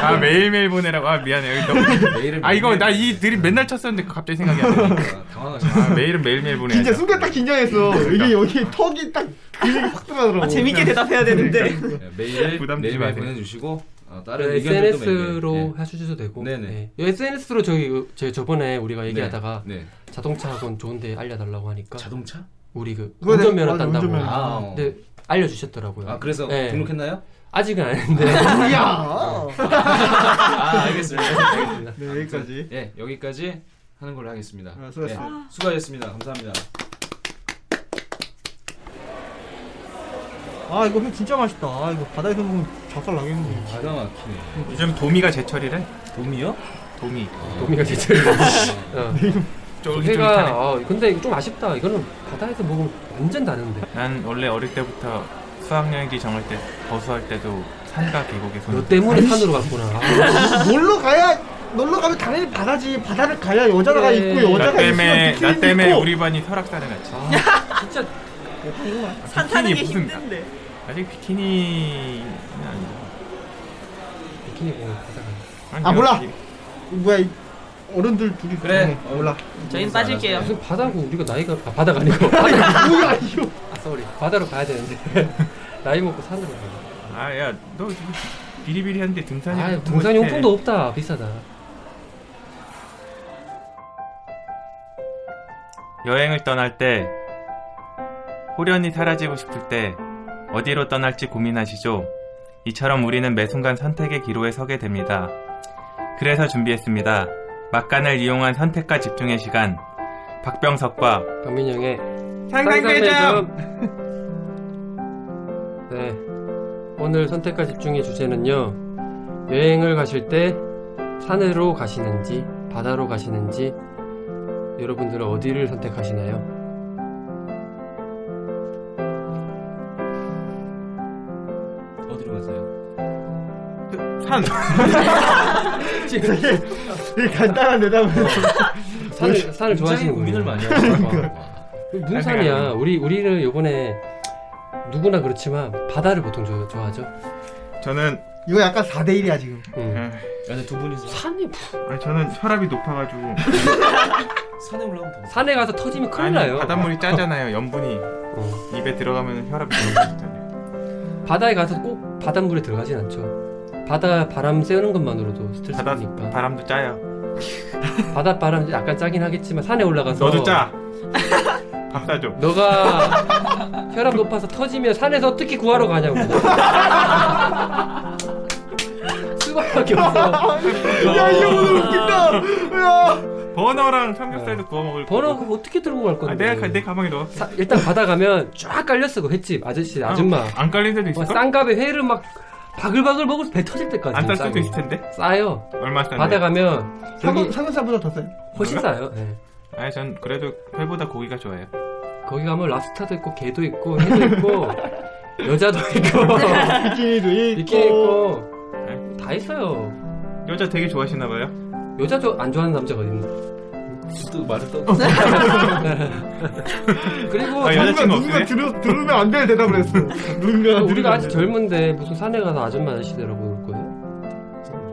S4: 아 매일매일 보내라고 아 미안해 여기 너무
S2: 메일을
S4: 아 이거
S2: 보내야 되니까.
S4: 나이 드립 맨날 쳤었는데 갑자기 생각이 안 나네
S2: 아, 당황하지 마.
S4: 아 매일은 매일매일 보내야
S3: 진짜 순간 딱 긴장했어. 이게 여기 턱이 딱 근육이 확 들어가더라고.
S1: 아, 재밌게 대답해야 되는데
S2: 네, 메일을
S4: 부담
S2: 메일
S4: 주지 마세요.
S2: 보내주시고 어,
S5: 네,
S2: 다른 의견들도 메일에.
S5: SNS로 해주셔도 되고.
S2: 예. 네네.
S5: 네. SNS로 저기 제 저번에 우리가 얘기하다가
S2: 네. 네.
S5: 자동차 학원 좋은데 알려달라고 하니까
S2: 자동차?
S5: 우리 그
S3: 그거 내가-
S5: 운전면허
S3: 맞아,
S5: 딴다고.
S3: 운전면허.
S2: 아, 어.
S5: 근데 알려주셨더라고요.
S2: 아 그래서
S5: 네.
S2: 등록했나요?
S5: 아직은 아닌데.
S3: 뭐야?
S2: 아 알겠습니다.
S3: 네, 여기까지.
S2: 예 여기까지 하는 걸로 하겠습니다.
S3: 아, 수고하셨습니다.
S2: 예, 수고하셨습니다. 감사합니다.
S3: 아, 이거 회 진짜 맛있다. 아, 이거 바다에서 먹으면 작살 나겠는데.
S2: 기가 막히네.
S4: 요즘 도미가 제철이래
S2: 도미요?
S4: 도미
S2: 아.
S5: 도미가 제철. 어.
S4: 쫄
S5: 회가
S4: 깃
S5: 아, 근데 이거 좀 아쉽다. 이거는 바다에서 먹으면 완전 다른데.
S2: 아.
S4: 난 원래 어릴 때부터 수학여행지 정할 때 거수할 때도 산과 계곡에
S5: 너
S4: 손
S5: 때문에 산으로 갔구나. 아,
S3: 놀러 가야, 놀러 가면 당연히 바다지. 바다를 가야 여자가
S5: 네.
S3: 있고,
S4: 나
S3: 여자가 있으면
S4: 때문에 나
S3: 비키니도
S4: 때문에
S3: 있고.
S4: 우리 반이 설악산에 갔지
S5: 아, 진짜
S1: 산 타는 게
S4: 무슨-
S1: 힘든데
S4: 아직 비키니는 아니죠
S5: 비키니 보고 바다가.
S4: 아니,
S3: 아, 몰라.
S4: 여기-
S3: 뭐야, 이 어른들 둘이.
S2: 그래.
S3: 네, 몰라.
S1: 저희는 빠질게요
S5: 무슨 바다고 우리가 나이가 아, 바다가 아니고 바다.
S3: 뭐야, 이거.
S5: 아, 쏘리. 바다로 가야 되는데 나이 먹고 산으로 가.
S4: 아, 야, 너 지금 비리비리한데 등산이
S5: 아, 등산 용품도 없다. 비싸다.
S4: 여행을 떠날 때 호련이 사라지고 싶을 때 어디로 떠날지 고민하시죠. 이처럼 우리는 매 순간 선택의 기로에 서게 됩니다. 그래서 준비했습니다. 막간을 이용한 선택과 집중의 시간. 박병석과
S5: 박민영의
S4: 상상대전.
S5: 네. 오늘 선택과 집중의 주제는요. 여행을 가실 때 산으로 가시는지 바다로 가시는지 여러분들은 어디를 선택하시나요?
S2: 어디로 가세요?
S4: 산.
S3: 이 네, 간단한 대답은.
S5: 산을 산을
S2: 굉장히
S5: 좋아하시는
S2: 고민을 많이
S5: 분이에요.
S2: 하시고
S5: 문산이야. 우리 우리는 요번에 누구나 그렇지만 바다를 보통 좋아- 좋아하죠.
S4: 저는
S3: 이거 약간 4대1이야, 지금.
S5: 음.
S2: 근데 두 분이서
S5: 산이
S4: 저는 혈압이 높아가지고
S2: 산에 올라가면 더
S5: 산에 가서 터지면 큰일 나요.
S4: 바닷물이 짜잖아요. 염분이
S5: 어.
S4: 입에 들어가면 혈압이 높아지잖아요.
S5: 바다에 가서 꼭 바닷물에 들어가진 않죠. 바다 바람 쐬는 것만으로도
S4: 바다
S5: 스트레스니까.
S4: 바람도 짜요.
S5: 바다 바람 약간 짜긴 하겠지만 산에 올라가서
S4: 너도 짜. 밥 사줘.
S5: 너가 혈압 높아서 터지면 산에서 어떻게 구하러 가냐고. 수밖에 없어.
S3: 야, 이거 오늘 웃긴다. 야.
S4: 버너랑 삼겹살도 구워 먹을 거.
S5: 번호 어. 그거 어떻게 들고 갈
S4: 아,
S5: 건데?
S4: 내가 가- 내 가방에 넣어.
S5: 사- 일단 바다 가면 쫙 깔렸어 그 횟집 아저씨 아줌마.
S4: 안 깔린 데도
S5: 어,
S4: 있을걸?
S5: 쌍갑에 회를 막 바글바글 먹어서 배 터질 때까지.
S4: 안쌀
S5: 싸요.
S4: 수도 있을 아, 텐데.
S5: 싸요.
S4: 얼마 싼데?
S5: 바다 가면
S3: 삼겹-
S5: 여기
S3: 삼겹살보다 더 싸요.
S5: 훨씬 싸요. 예.
S4: 아니 전 그래도 회보다 고기가 좋아요.
S5: 거기 가면 랍스타도 있고 개도 있고 해도 있고 여자도 있고
S3: 비키니도 있고.
S5: 이렇게 있고 다 있어요.
S4: 여자 되게 좋아하시나 봐요.
S5: 여자도 안 좋아하는 남자가 어딨나?
S2: 또 말을 떠.
S5: 그리고
S4: 아,
S5: 참-
S4: 여자-
S3: 누군가, 누군가
S4: 여자친구 없으네.
S3: 들으, 들으면 안 될 대답을 했어. 누군가
S5: 우리가 아직
S3: 절
S5: 젊은데 무슨 산에 가서 아줌마 아저씨들하고 놀 거예요?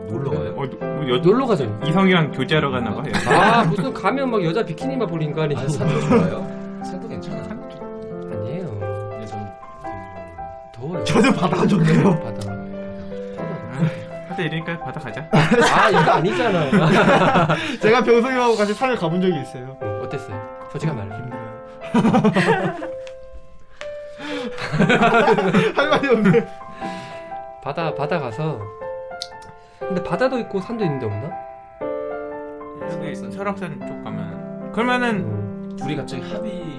S2: 놀러 가요?
S4: 어, 누- 여,
S5: 놀러 가죠.
S4: 이성이랑 교제하러 가나 봐요.
S5: 아 무슨 가면 막 여자 비키니만 볼 인간이
S2: 아, 산도 좋아요? 산도 괜찮아.
S5: 아니에요.
S2: 네, 저는
S5: 더워요.
S3: 저도 바다가 좋네요.
S5: 바다.
S4: 하다 이러니까 바다 가자.
S5: 아 이거 아니잖아.
S3: 제가 병성이 하고 같이 산을 가본 적이 있어요.
S5: 어, 어땠어요? 솔직한 말로.
S3: 할 말이 없네.
S5: 바다 바다 가서 근데 바다도 있고 산도 있는데 없나?
S4: 여기
S2: 설악산.
S4: 설악산 쪽 가면 그러면은
S5: 음.
S2: 둘이 갑자기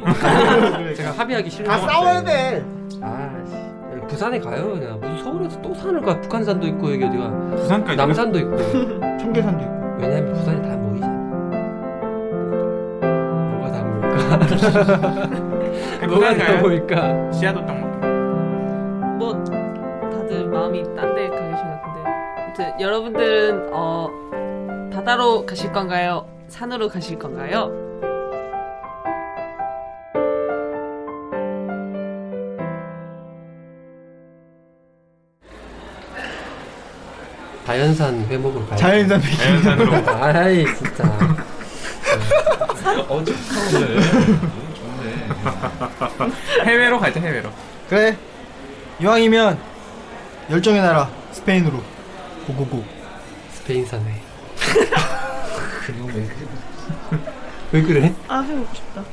S2: 합의
S5: 제가 합의하기 싫은
S3: 다
S5: 것
S3: 싸워야
S5: 같아요.
S3: 돼.
S5: 아, 씨. 부산에 가요 그냥 무슨 서울에서 또 산을 가 북한산도 있고 여기 어디가
S4: 부산까지
S5: 남산도 있고
S3: 청계산도 있고.
S5: 왜냐면 부산에 다 모이잖아 뭐가 다 모일까
S2: 아,
S5: 뭐가
S4: 가- 부산
S5: 다
S4: 가요?
S5: 모일까
S4: 씨앗도 떡 먹고
S1: 뭐 다들 마음이 딴 데 가 계신 것 같은데 아무튼 여러분들은 어 바다로 가실 건가요? 산으로 가실 건가요?
S5: 자연산 회목으로 가요
S3: 자연산
S4: 자연산으로
S5: 아이 진짜
S2: 어제 좋네
S4: 해외로 가자 해외로
S3: 그래. 이왕이면 열정의 나라 스페인으로 고고고.
S5: 스페인산 회 왜 그래?
S1: 아 해보고 싶다.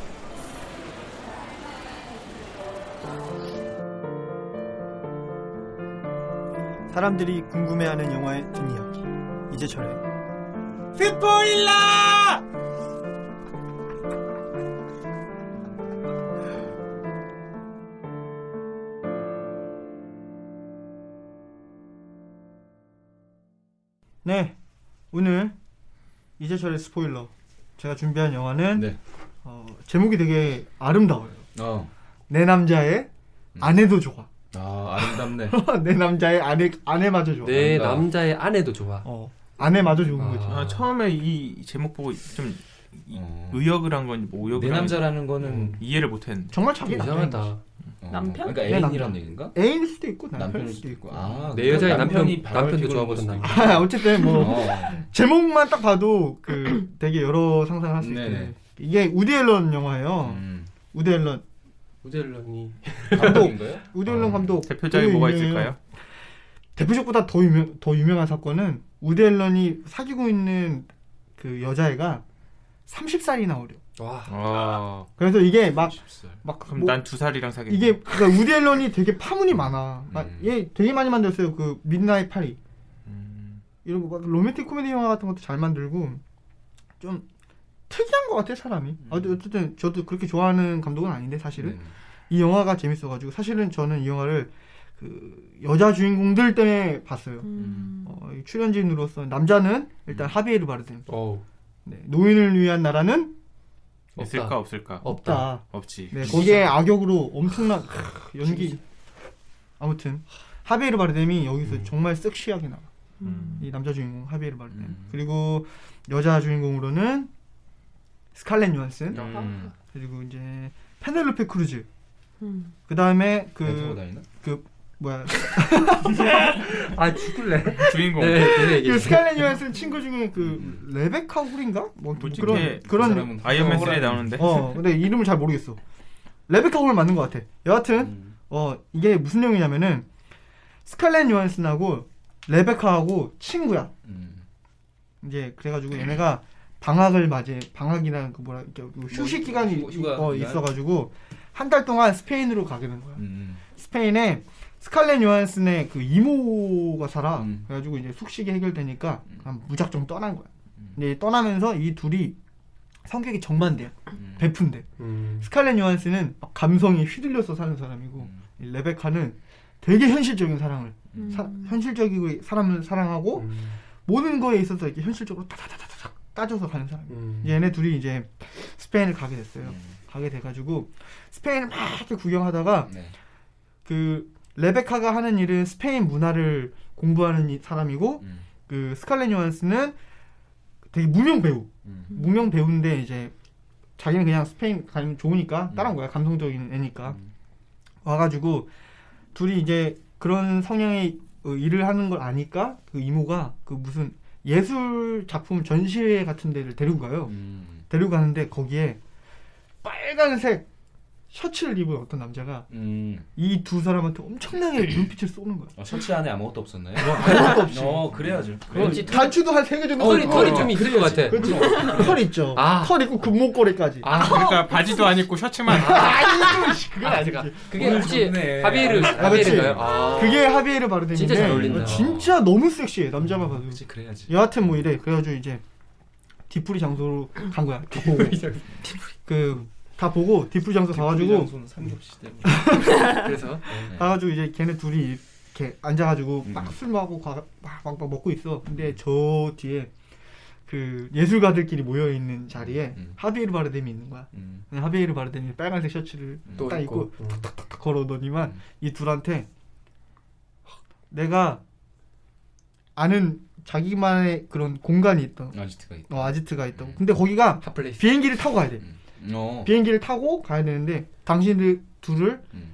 S3: 사람들이 궁금해하는 영화의 뒷이야기. 이제철의
S4: 스포일러!
S3: 네. 오늘 이제철의 스포일러. 제가 준비한 영화는
S2: 네.
S3: 어, 제목이 되게 아름다워요.
S2: 어.
S3: 내 남자의
S2: 음.
S3: 아내도 좋아.
S2: 아 아름답네
S3: 내 남자의 아내 아내마저 좋아.
S5: 내
S2: 뭔가.
S5: 남자의 아내도 좋아
S3: 어 아내마저 좋은
S5: 아.
S3: 거지.
S4: 아, 처음에 이 제목 보고 좀 이-
S2: 어.
S4: 의역을 한 건지 뭐
S2: 내
S4: 의역을 한 건지
S2: 남자라는 거는
S4: 이해를 못했는데
S3: 정말
S5: 좀
S3: 자기 남편인 거지.
S5: 이상하다
S2: 어,
S1: 남편?
S2: 그러니까
S3: 내 남편.
S2: 애인이란 얘기인가?
S3: 애인 수도 있고 남편일
S2: 남편일
S3: 수도 있고.
S2: 아,
S5: 내 여자의 남편,
S2: 남편이 바람을
S5: 남편도
S2: 피우는 걸
S5: 좋아하거든
S2: 수도
S5: 남
S3: 아, 어쨌든 뭐
S2: 어.
S3: 제목만 딱 봐도 그 되게 여러 상상을 할 수
S2: 네네.
S3: 있는 이게 우디 앨런 영화예요.
S2: 음. 어.
S3: 우디 앨런
S5: 우젤런이
S2: 감독인가요?
S3: 우디 앨런
S2: 아.
S3: 감독
S4: 대표작이
S3: 되게
S4: 뭐가
S3: 유명해요.
S4: 있을까요?
S3: 대표적보다 더 유명 더 유명한 사건은 우디 앨런이 사귀고 있는 그 여자애가 30살이 나오려.
S5: 와
S4: 아,
S3: 그래서 이게 막
S2: 10살.
S3: 막
S4: 그럼
S3: 뭐-
S4: 난 두 살이랑 사귀는
S3: 이게 그러니까 우디 앨런이 되게 파문이 많아. 막
S2: 음.
S3: 얘 되게 많이 만들었어요. 그 midnight 파리
S4: 음,
S3: 이런 거 막 로맨틱 코미디 영화 같은 것도 잘 만들고 좀 특이한 것 같아 요 사람이.
S5: 음.
S3: 어 어쨌든 저도 그렇게 좋아하는 감독은 아닌데 사실은
S2: 네.
S3: 이 영화가 재밌어가지고 사실은 저는 이 영화를 그 여자 주인공들 때문에 봤어요.
S1: 음.
S3: 어, 이 출연진으로서 남자는 일단 하비에르 바르뎀,
S5: 음. 어우
S3: 네, 노인을 위한 나라는
S4: 있을까 없을까?
S5: 없다
S3: 없다.
S4: 없지.
S3: 어. 네, 거기에 악역으로 엄청난 크, 연기.
S5: 진짜.
S3: 아무튼 하비에르 바르뎀이 여기서
S2: 음.
S3: 정말 섹시하게 나와.
S4: 음.
S3: 이 남자 주인공 하비에르 바르뎀.
S2: 음.
S3: 그리고 여자 주인공으로는 스칼렛 요한슨
S2: 음.
S3: 그리고 이제 페넬로페 크루즈.
S1: 음.
S3: 그 다음에
S2: 배 타고
S3: 그
S2: 다니나?
S3: 뭐야
S5: 아 죽을래
S4: 주인공.
S3: 그
S5: 네, 그
S3: 스칼렛 요한슨 친구 중에 그
S2: 예. 음. 네,
S3: 레베카 홀인가? 뭐
S4: 뭐지?
S3: 그런
S4: 걔
S3: 그런
S2: 사람은 네.
S4: 아이언맨
S2: 호랑이.
S4: 3에 나오는데.
S3: 어 근데 이름을 잘 모르겠어. 레베카 홀 맞는 것 같아. 여하튼
S2: 음.
S3: 어 이게 무슨 내용이냐면은 스칼렛 요한슨하고 레베카하고 친구야.
S2: 음.
S3: 이제 그래가지고 얘네가 방학을 맞이 방학이라는 그 뭐라 이렇게 휴식 기간이
S2: 휴- 휴가
S3: 어,
S2: 기간?
S3: 있어가지고 한 달 동안 스페인으로 가게 된 거야.
S2: 음.
S3: 스페인에 스칼렛 요한슨의 그 이모가 살아.
S2: 음.
S3: 그래가지고 이제 숙식이 해결되니까
S2: 음.
S3: 그냥 무작정 떠난 거야.
S2: 음.
S3: 근데 떠나면서 이 둘이 성격이 정반대야.
S2: 음.
S3: 베푼데.
S5: 음.
S3: 스칼렛 요한슨은 막 감성이 휘둘려서 사는 사람이고
S2: 음.
S3: 이 레베카는 되게 현실적인 사랑을
S6: 음.
S3: 사- 현실적이고 사람을 사랑하고
S5: 음.
S3: 모든 거에 있어서 이렇게 현실적으로 타다다다닥 따져서 가는 사람.
S5: 음.
S3: 얘네 둘이 이제 스페인을 가게 됐어요.
S2: 음.
S3: 가게 돼가지고 스페인을 막 이렇게 구경하다가
S2: 네.
S3: 그 레베카가 하는 일은 스페인 문화를 공부하는 이- 사람이고
S2: 음.
S3: 그 스칼렛 요한스는 되게 무명 배우,
S2: 음.
S3: 무명 배우인데 이제 자기는 그냥 스페인 가면 좋으니까 따라온 거야 감성적인 애니까
S2: 음.
S3: 와가지고 둘이 이제 그런 성향의 어, 일을 하는 걸 아니까 그 이모가 그 무슨 예술 작품 전시회 같은 데를 데리고 가요.
S2: 음.
S3: 데리고 가는데 거기에 빨간색 셔츠를 입은 어떤 남자가
S2: 음.
S3: 이 두 사람한테 엄청나게 눈빛을 쏘는 거야.
S2: 어, 셔츠 안에 아무것도 없었나요?
S3: 아무것도 없이.
S2: 어, 그래야죠.
S5: 그렇지.
S3: 단추도 한 세 개 정도
S5: 털이
S3: 쏘는
S5: 털이
S3: 거야.
S5: 좀 있을 것 같아
S3: 어, 그렇지. 털 있죠.
S5: 아.
S3: 털 있고 그 금목걸이까지.
S5: 아
S4: 그러니까 바지도 안 입고 셔츠만.
S3: 어. 그건 아니지.
S5: 그게 혹시
S2: 좋네.
S5: 하비에르 하비에르인가요? 아,
S3: 아, 그게 하비에르 바르뎀인데
S5: 진짜 잘 어울린다.
S3: 진짜 너무 섹시해 남자만 봐도.
S2: 그렇지 그래야지.
S3: 여하튼 뭐 이래. 그래가지고 이제 디프리 장소로 간 거야.
S5: 오.
S3: 그 다 보고 디프리 장소 가가지고
S2: 손 삼겹시 때문에. 그래서 네.
S3: 가가지고 이제 걔네 둘이 이렇게 앉아가지고
S2: 음.
S3: 막 술 마고 가- 막, 막, 막 먹고 있어. 근데 저 뒤에 그 예술가들끼리 모여 있는 자리에
S2: 음.
S3: 하비에르 바르뎀이 있는 거야.
S2: 음,
S3: 근데 하비에르 바르뎀이 빨간색 셔츠를
S2: 음.
S5: 또
S3: 딱
S5: 있고.
S3: 입고 탁 걸어오더니만
S2: 음.
S3: 이 둘한테 내가 아는 자기만의 그런 공간이 있던
S2: 음. 아지트가 있.
S3: 어, 아지트가 있다고.
S2: 음.
S3: 근데 거기가
S5: 핫플레이스.
S3: 비행기를 타고 가야 돼.
S2: 음. 어.
S3: 비행기를 타고 가야 되는데 당신들 둘을
S2: 음.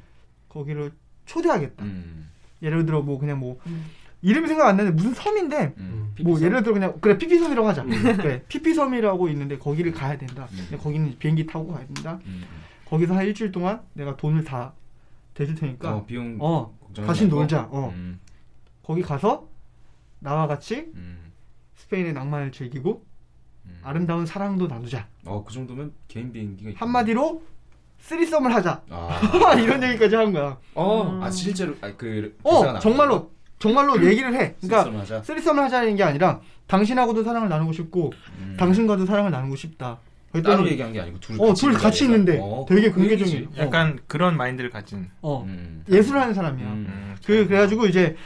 S3: 거기를 초대하겠다.
S2: 음.
S3: 예를 들어 뭐 그냥 뭐
S1: 음.
S3: 이름 생각 안 나는데 무슨 섬인데
S2: 음.
S3: 뭐 예를 들어 그냥 그래 피피섬이라고 하자.
S5: 음.
S3: 그래 피피섬이라고 있는데 거기를 가야 된다.
S2: 음.
S3: 근데 거기는 비행기 타고 가야 된다.
S2: 음.
S3: 거기서 한 일주일 동안 내가 돈을 다 대줄 테니까
S2: 어, 비용
S3: 어
S2: 걱정하지
S3: 다시
S2: 말고.
S3: 놀자. 어
S2: 음.
S3: 거기 가서 나와 같이
S2: 음.
S3: 스페인의 낭만을 즐기고
S2: 음.
S3: 아름다운 사랑도 나누자.
S2: 어, 그 정도면 개인 비행기가 있구나.
S3: 한마디로 쓰리썸을 하자.
S2: 아.
S3: 이런 얘기까지 한 거야.
S2: 어, 아 실제로 아, 그 기사가
S3: 어
S2: 나왔구나.
S3: 정말로
S2: 음.
S3: 정말로 얘기를 해. 그러니까
S2: 실수를 하자.
S3: 쓰리썸을 하자는 게 아니라 당신하고도 사랑을 나누고 싶고
S2: 음.
S3: 당신과도 사랑을 나누고 싶다.
S2: 따로
S3: 그랬더니
S2: 얘기한 게 아니고 둘이
S3: 어, 둘이 같이 있는데
S2: 어,
S3: 되게
S2: 그 얘기지.
S3: 공개적인 어,
S4: 약간 그런 마인드를 가진.
S3: 어,
S2: 음.
S3: 예술하는 사람이야.
S2: 음.
S4: 음,
S3: 그 그래가지고 이제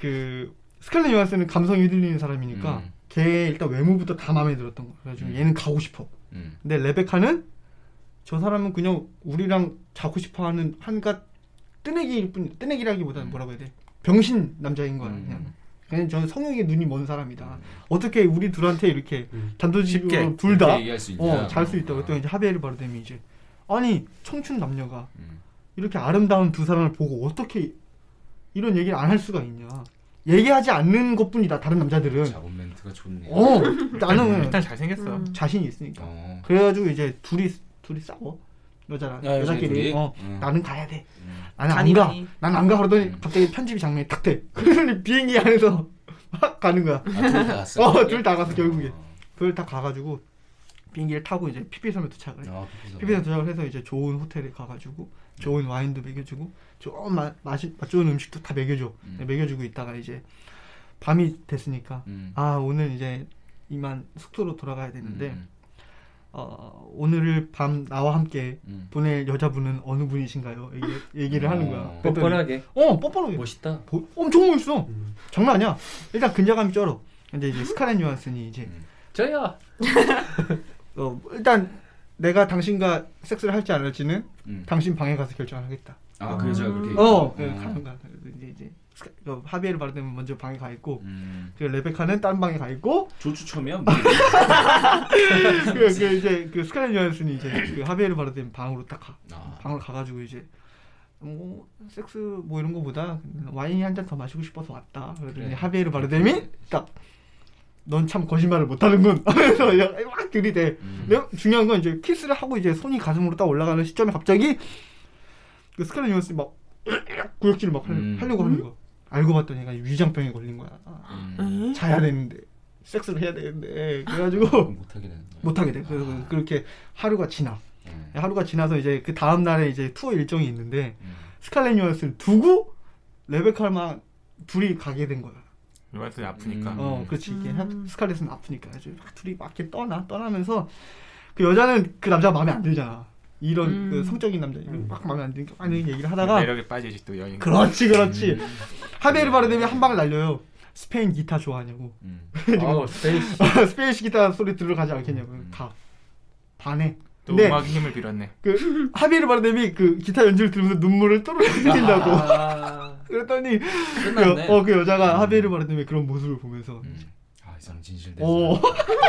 S3: 그 스칼렛 요한슨은 감성이 휘둘리는 사람이니까
S2: 음.
S3: 걔 일단 외모부터 다 마음에 들었던 거야. 그래가지고
S2: 음.
S3: 얘는 가고 싶어.
S2: 음.
S3: 근데 레베카는 저 사람은 그냥 우리랑 자고 싶어하는 한갓 뜨내기일 뿐 뜨내기라기보다는
S2: 음.
S3: 뭐라고 해야 돼? 병신 남자인 거야. 그냥
S2: 음.
S3: 그냥 저는 성욕에 눈이 먼 사람이다. 어떻게 우리 둘한테 이렇게
S5: 음.
S3: 단도직입으로
S4: 쉽게
S3: 둘 다
S2: 이렇게 얘기할 수 있다.
S3: 어, 잘 수 있다고
S2: 아.
S3: 했더니 이제 하베르 바르뎀이 이제 아니 청춘 남녀가
S2: 음.
S3: 이렇게 아름다운 두 사람을 보고 어떻게 이런 얘기를 안 할 수가 있냐 얘기하지 않는 것뿐이다 다른 남자들은
S2: 작업 음. 멘트가 좋네.
S3: 어
S4: 일단,
S3: 나는
S4: 일단 잘생겼어.
S1: 음.
S3: 자신이 있으니까
S2: 어.
S3: 그래가지고 이제 둘이 둘이 싸워 여자랑
S2: 아,
S3: 여자끼리
S2: 둘이?
S3: 어
S2: 음.
S3: 나는 가야 돼
S2: 음.
S3: 나는
S1: 간이
S3: 안가
S1: 많이.
S3: 난 안 가 그러더니
S2: 음.
S3: 갑자기 편집이 장면이 탁돼 그러더니 비행기 안에서 막 가는 거야
S2: 아, 둘다 갔어.
S3: 어 둘 다 가서 결국에
S2: 어.
S3: 둘 다 가가지고 비행기를 타고 이제 피피섬에 도착을 해
S2: 아, 피피섬.
S3: 피비나 도착을 해서 이제 좋은 호텔에 가가지고 좋은 와인도 먹여주고 좋은 맛 맛이 맛 좋은 음식도 다 먹여줘 네,
S2: 음.
S3: 먹여주고 있다가 이제 밤이 됐으니까
S2: 음.
S3: 아 오늘 이제 이만 숙소로 돌아가야 되는데
S2: 음,
S3: 어, 오늘을 밤 나와 함께
S2: 음.
S3: 보낼 여자분은 어느 분이신가요? 얘기, 얘기를 하는 거야.
S2: 어.
S3: 그랬더니
S5: 뻔뻔하게
S3: 어 뻔뻔하게
S5: 멋있다.
S3: 보- 엄청 멋있어.
S5: 음.
S3: 장난 아니야. 일단 근자감이 쩔어. 근데 이제 스칼렛 요한슨이 이제
S2: 음.
S5: 저야.
S3: 어, 일단 내가 당신과 섹스를 할지 안 할지는
S2: 음.
S3: 당신 방에 가서 결정하겠다.
S2: 아, 그 여자가 그렇게 얘기했구나. 음.
S3: 어, 그 가는 거야. 그래서 이제 이제 스카- 그 하비에르 바르뎀은 먼저 방에 가 있고,
S2: 음.
S3: 그 레베카는 다른 방에 가 있고,
S2: 조추첨이야?
S3: 그, 그 이제 그 스칼렛 요한슨이 이제 그 하비에르 바르뎀 방으로 딱 가,
S2: 아.
S3: 방으로 가가지고 이제 뭐 섹스 뭐 이런 거보다 와인이 한 잔 더 마시고 싶어서 왔다. 그랬더니
S2: 그래.
S3: 하비에르 바르뎀이 딱 넌 참 거짓말을 못하는군. 하면서 그냥 막 들이대.
S2: 음.
S3: 근데 중요한 건 이제 키스를 하고 이제 손이 가슴으로 딱 올라가는 시점에 갑자기 그 스칼렛 요한슨이 막 구역질을 막 하려-
S2: 음.
S3: 하려고 하는 거야. 알고 봤더니 얘가 위장병에 걸린 거야. 아,
S2: 음.
S1: 음.
S3: 자야 되는데 섹스를 해야 되는데 그래가지고
S2: 못하게 되는 거야.
S3: 못하게 돼. 그래서
S2: 아.
S3: 그렇게 하루가 지나.
S2: 음.
S3: 하루가 지나서 이제 그 다음 날에 이제 투어 일정이 있는데
S2: 음.
S3: 스칼렛 요한슨을 두고 레베카만 둘이 가게 된 거야.
S4: 요한슨이 아프니까.
S2: 음.
S3: 어, 그렇지. 이게
S1: 음.
S3: 스칼렛은 아프니까 이제 막 둘이 막 이렇게 떠나 떠나면서 그 여자는 그 남자가 마음에 안 들잖아. 이런
S1: 음.
S3: 그 성적인 남자 이런 막 마음에 안 드니까 막 이런 얘기를 하다가
S4: 매력에 빠지지 또 여인.
S3: 그렇지 그렇지
S2: 음.
S3: 하베르 바르뎀이 한 방을 날려요. 스페인 기타 좋아하냐고.
S2: 음.
S5: 어, 스페이스.
S3: 스페인식 기타 소리 들으러 가지 않겠냐고.
S2: 음.
S3: 가. 반해.
S4: 또
S3: 네.
S4: 음악의 힘을 빌었네.
S3: 하비르 바르뎀이 그 기타 연주를 들으면서 눈물을 또르르흘린다고
S2: 아,
S3: 그랬더니
S2: 끝났네.
S3: 그, 어, 그 여자가
S2: 음.
S3: 하비르 바르뎀의 그런 모습을 보면서
S2: 음. 아, 이상 진실됐어.
S3: 어.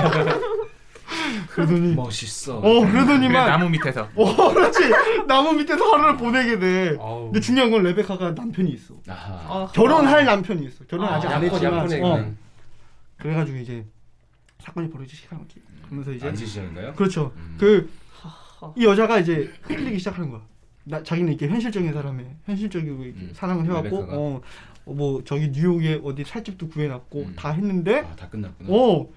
S3: 그러더니
S2: 멋있어.
S3: 어
S4: 그냥
S3: 그러더니만
S4: 나무 밑에서.
S3: 어 그렇지 나무 밑에서 하루를 보내게 돼
S5: 아우.
S3: 근데 중요한 건 레베카가 남편이 있어
S2: 아하.
S1: 어.
S3: 결혼할 남편이 있어 결혼 아직 안
S5: 양권,
S3: 했지만
S5: 양권에
S3: 어.
S5: 그냥.
S3: 그래가지고 이제 사건이 벌어지기 시작하면서 그러면서 이제
S2: 안지시인가요?
S3: 그렇죠
S2: 음.
S3: 그 이
S1: 어.
S3: 여자가 이제 흔들리기 시작하는 거야. 나 자기는 이렇게 현실적인 사람에 현실적이고 이렇게
S2: 음.
S3: 사랑을 해왔고
S2: 레베카가.
S3: 어, 어, 뭐 저기 뉴욕에 어디 살집도 구해놨고
S2: 음.
S3: 다 했는데
S2: 아, 다 끝났구나.
S3: 어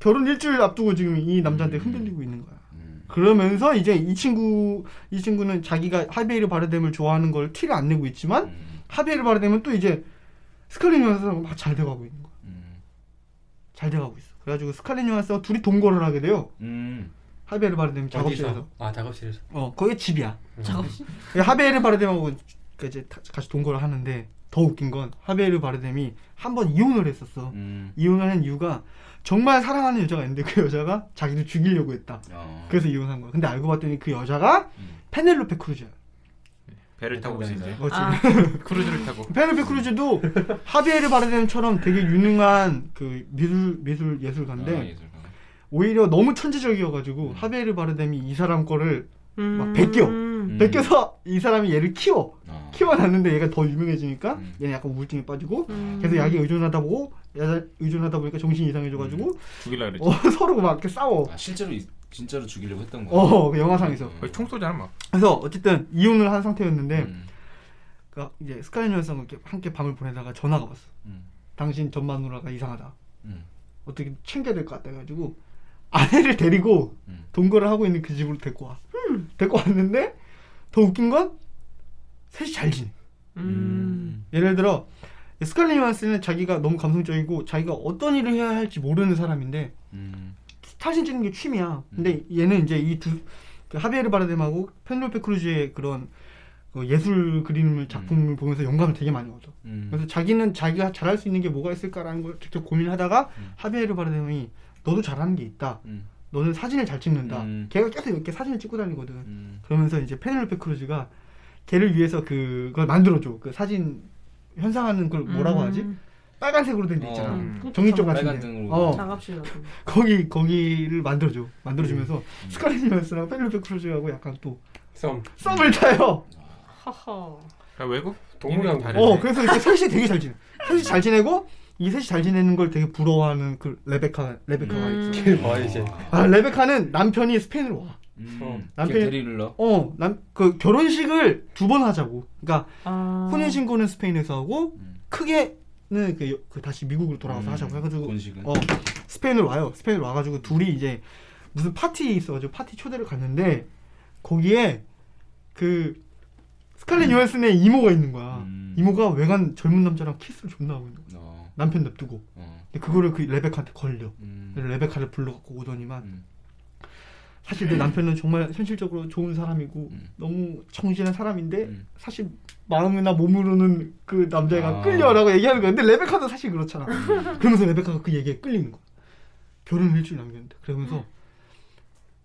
S3: 결혼 일주일 앞두고 지금 이 남자한테
S2: 음.
S3: 흔들리고 있는 거야.
S2: 음.
S3: 그러면서 이제 이 친구 이 친구는 자기가 하베이르 바르뎀을 좋아하는 걸 티를 안 내고 있지만
S2: 음.
S3: 하베이르 바르뎀은 또 이제 스칼렛 요한슨하고 막 잘 돼가고 있는 거야.
S2: 음.
S3: 잘 돼가고 있어. 그래가지고 스칼렛 요한스와 둘이 동거를 하게 돼요.
S2: 음.
S3: 하베르 바르뎀 작업실에서.
S5: 어디서? 아 작업실에서.
S3: 어, 거기 집이야.
S1: 음. 작업실.
S3: 하베르 바르뎀하고 그 이제 다- 같이 동거를 하는데 더 웃긴 건 하베르 바르뎀이 한 번 이혼을 했었어.
S2: 음.
S3: 이혼을 한 이유가 정말 사랑하는 여자가 있는데 그 여자가 자기를 죽이려고 했다.
S2: 어.
S3: 그래서 이혼한 거야. 근데 알고 봤더니 그 여자가
S2: 음.
S3: 페넬로페 크루즈야.
S4: 배를 타고 오신
S2: 네.
S4: 거예요?
S3: 그렇지.
S1: 아.
S4: 크루즈를 타고.
S3: 페넬로페 크루즈도 하비에르 바르뎀처럼 되게 유능한 그 미술 미술 예술가인데
S2: 아, 예술가.
S3: 오히려 너무 천재적이어가지고
S2: 음.
S3: 하비에르 바르뎀이 이 사람 거를
S1: 음.
S3: 벗겨.
S1: 음.
S3: 베껴서 이 사람이 얘를 키워
S2: 어.
S3: 키워놨는데 얘가 더 유명해지니까
S2: 음.
S3: 얘는 약간 우울증에 빠지고
S1: 음.
S3: 계속 약에 의존하다 보고 야- 의존하다 보니까 정신이 이상해져가지고
S4: 음. 죽일라 그랬지.
S3: 어, 서로 막 이렇게 싸워.
S2: 아, 실제로 이- 진짜로 죽이려고 했던 거.
S3: 어, 그 영화상에서. 네.
S4: 거의 총쏘잖아 막.
S3: 그래서 어쨌든 이혼을 한 상태였는데
S2: 음.
S3: 그 이제 스카이 뉴스랑 함께, 함께 밤을 보내다가 전화가 왔어.
S2: 음.
S3: 당신 전마 누나가 이상하다.
S2: 음.
S3: 어떻게 챙겨야 될 것 같다 해가지고 아내를 데리고
S2: 음.
S3: 동거를 하고 있는 그 집으로 데리고 와. 데리고 왔는데 더 웃긴 건 셋이 잘 지내.
S1: 음.
S3: 예를 들어 스칼렛 요한스는 자기가 너무 감성적이고 자기가 어떤 일을 해야 할지 모르는 사람인데
S2: 음.
S3: 사진 찍는 게 취미야. 근데 얘는 이제 이두 그 하비에르 바르뎀하고 펜로페 크루즈의 그런 그 예술 그림을 작품을 보면서 영감을 되게 많이 얻어.
S2: 음.
S3: 그래서 자기는 자기가 잘할 수 있는 게 뭐가 있을까라는 걸 직접 고민하다가
S2: 음.
S3: 하비에르 바르뎀이 너도 잘하는 게 있다.
S2: 음.
S3: 너는 사진을 잘 찍는다.
S2: 음.
S3: 걔가 계속 이렇게 사진을 찍고 다니거든.
S2: 음.
S3: 그러면서 이제 페넬로페 크루즈가 걔를 위해서 그걸 만들어줘. 그 사진 현상하는 걸 뭐라고 하지? 빨간색으로 된 데
S2: 어.
S3: 있잖아.
S1: 음.
S3: 정육점 같은
S2: 빨간
S3: 데.
S2: 등으로.
S3: 어.
S1: 작업실 같은 거.
S3: 거기 거기를 만들어줘 만들어주면서
S2: 음.
S3: 스칼렛 요한스랑 펠로페 크루즈하고 약간 또
S5: 썸.
S3: 썸을 타요.
S1: 허허.
S4: 그러니까 외국
S5: 동물이랑
S4: 다르네.
S3: 어 그래서 이렇게 셋이 되게 잘 지내. 셋이 잘 지내고 이 셋이 잘 지내는 걸 되게 부러워하는 그 레베카 레베카가
S1: 음.
S3: 있어.
S5: 걔를 봐 이제.
S3: 아 레베카는 남편이 스페인으로 와.
S5: 어.
S2: 남편
S3: 남편이-
S2: 대리를 넣어.
S3: 어남 그 결혼식을 두 번 하자고. 그러니까
S1: 아.
S3: 혼인 신고는 스페인에서 하고
S2: 음.
S3: 크게는 그, 여- 그 다시 미국으로 돌아가서
S4: 음.
S3: 하자고 해가지고
S2: 본식은.
S3: 어 스페인으로 와요. 스페인으로 와가지고 둘이 이제 무슨 파티에 있어가지고 파티 초대를 갔는데 거기에 그 스칼렛 요한슨의 이모가 있는 거야.
S2: 음.
S3: 이모가 외간 젊은 남자랑 키스를 존나 하고 있는 거야.
S2: 어.
S3: 남편 냅두고.
S2: 어.
S3: 근데 그거를 그 레베카한테 걸려.
S2: 음.
S3: 그래서 레베카를 불러갖고 오더니만
S2: 음.
S3: 사실 내 남편은 정말 현실적으로 좋은 사람이고
S2: 음.
S3: 너무 정신한 사람인데
S2: 음.
S3: 사실 마음이나 몸으로는 그 남자애가
S2: 아.
S3: 끌려라고 얘기하는 거야. 근데 레베카도 사실 그렇잖아.
S2: 음.
S3: 그러면서 레베카가 그 얘기에 끌리는 거야. 결혼 일주일 남겼는데.
S2: 음.
S3: 그러면서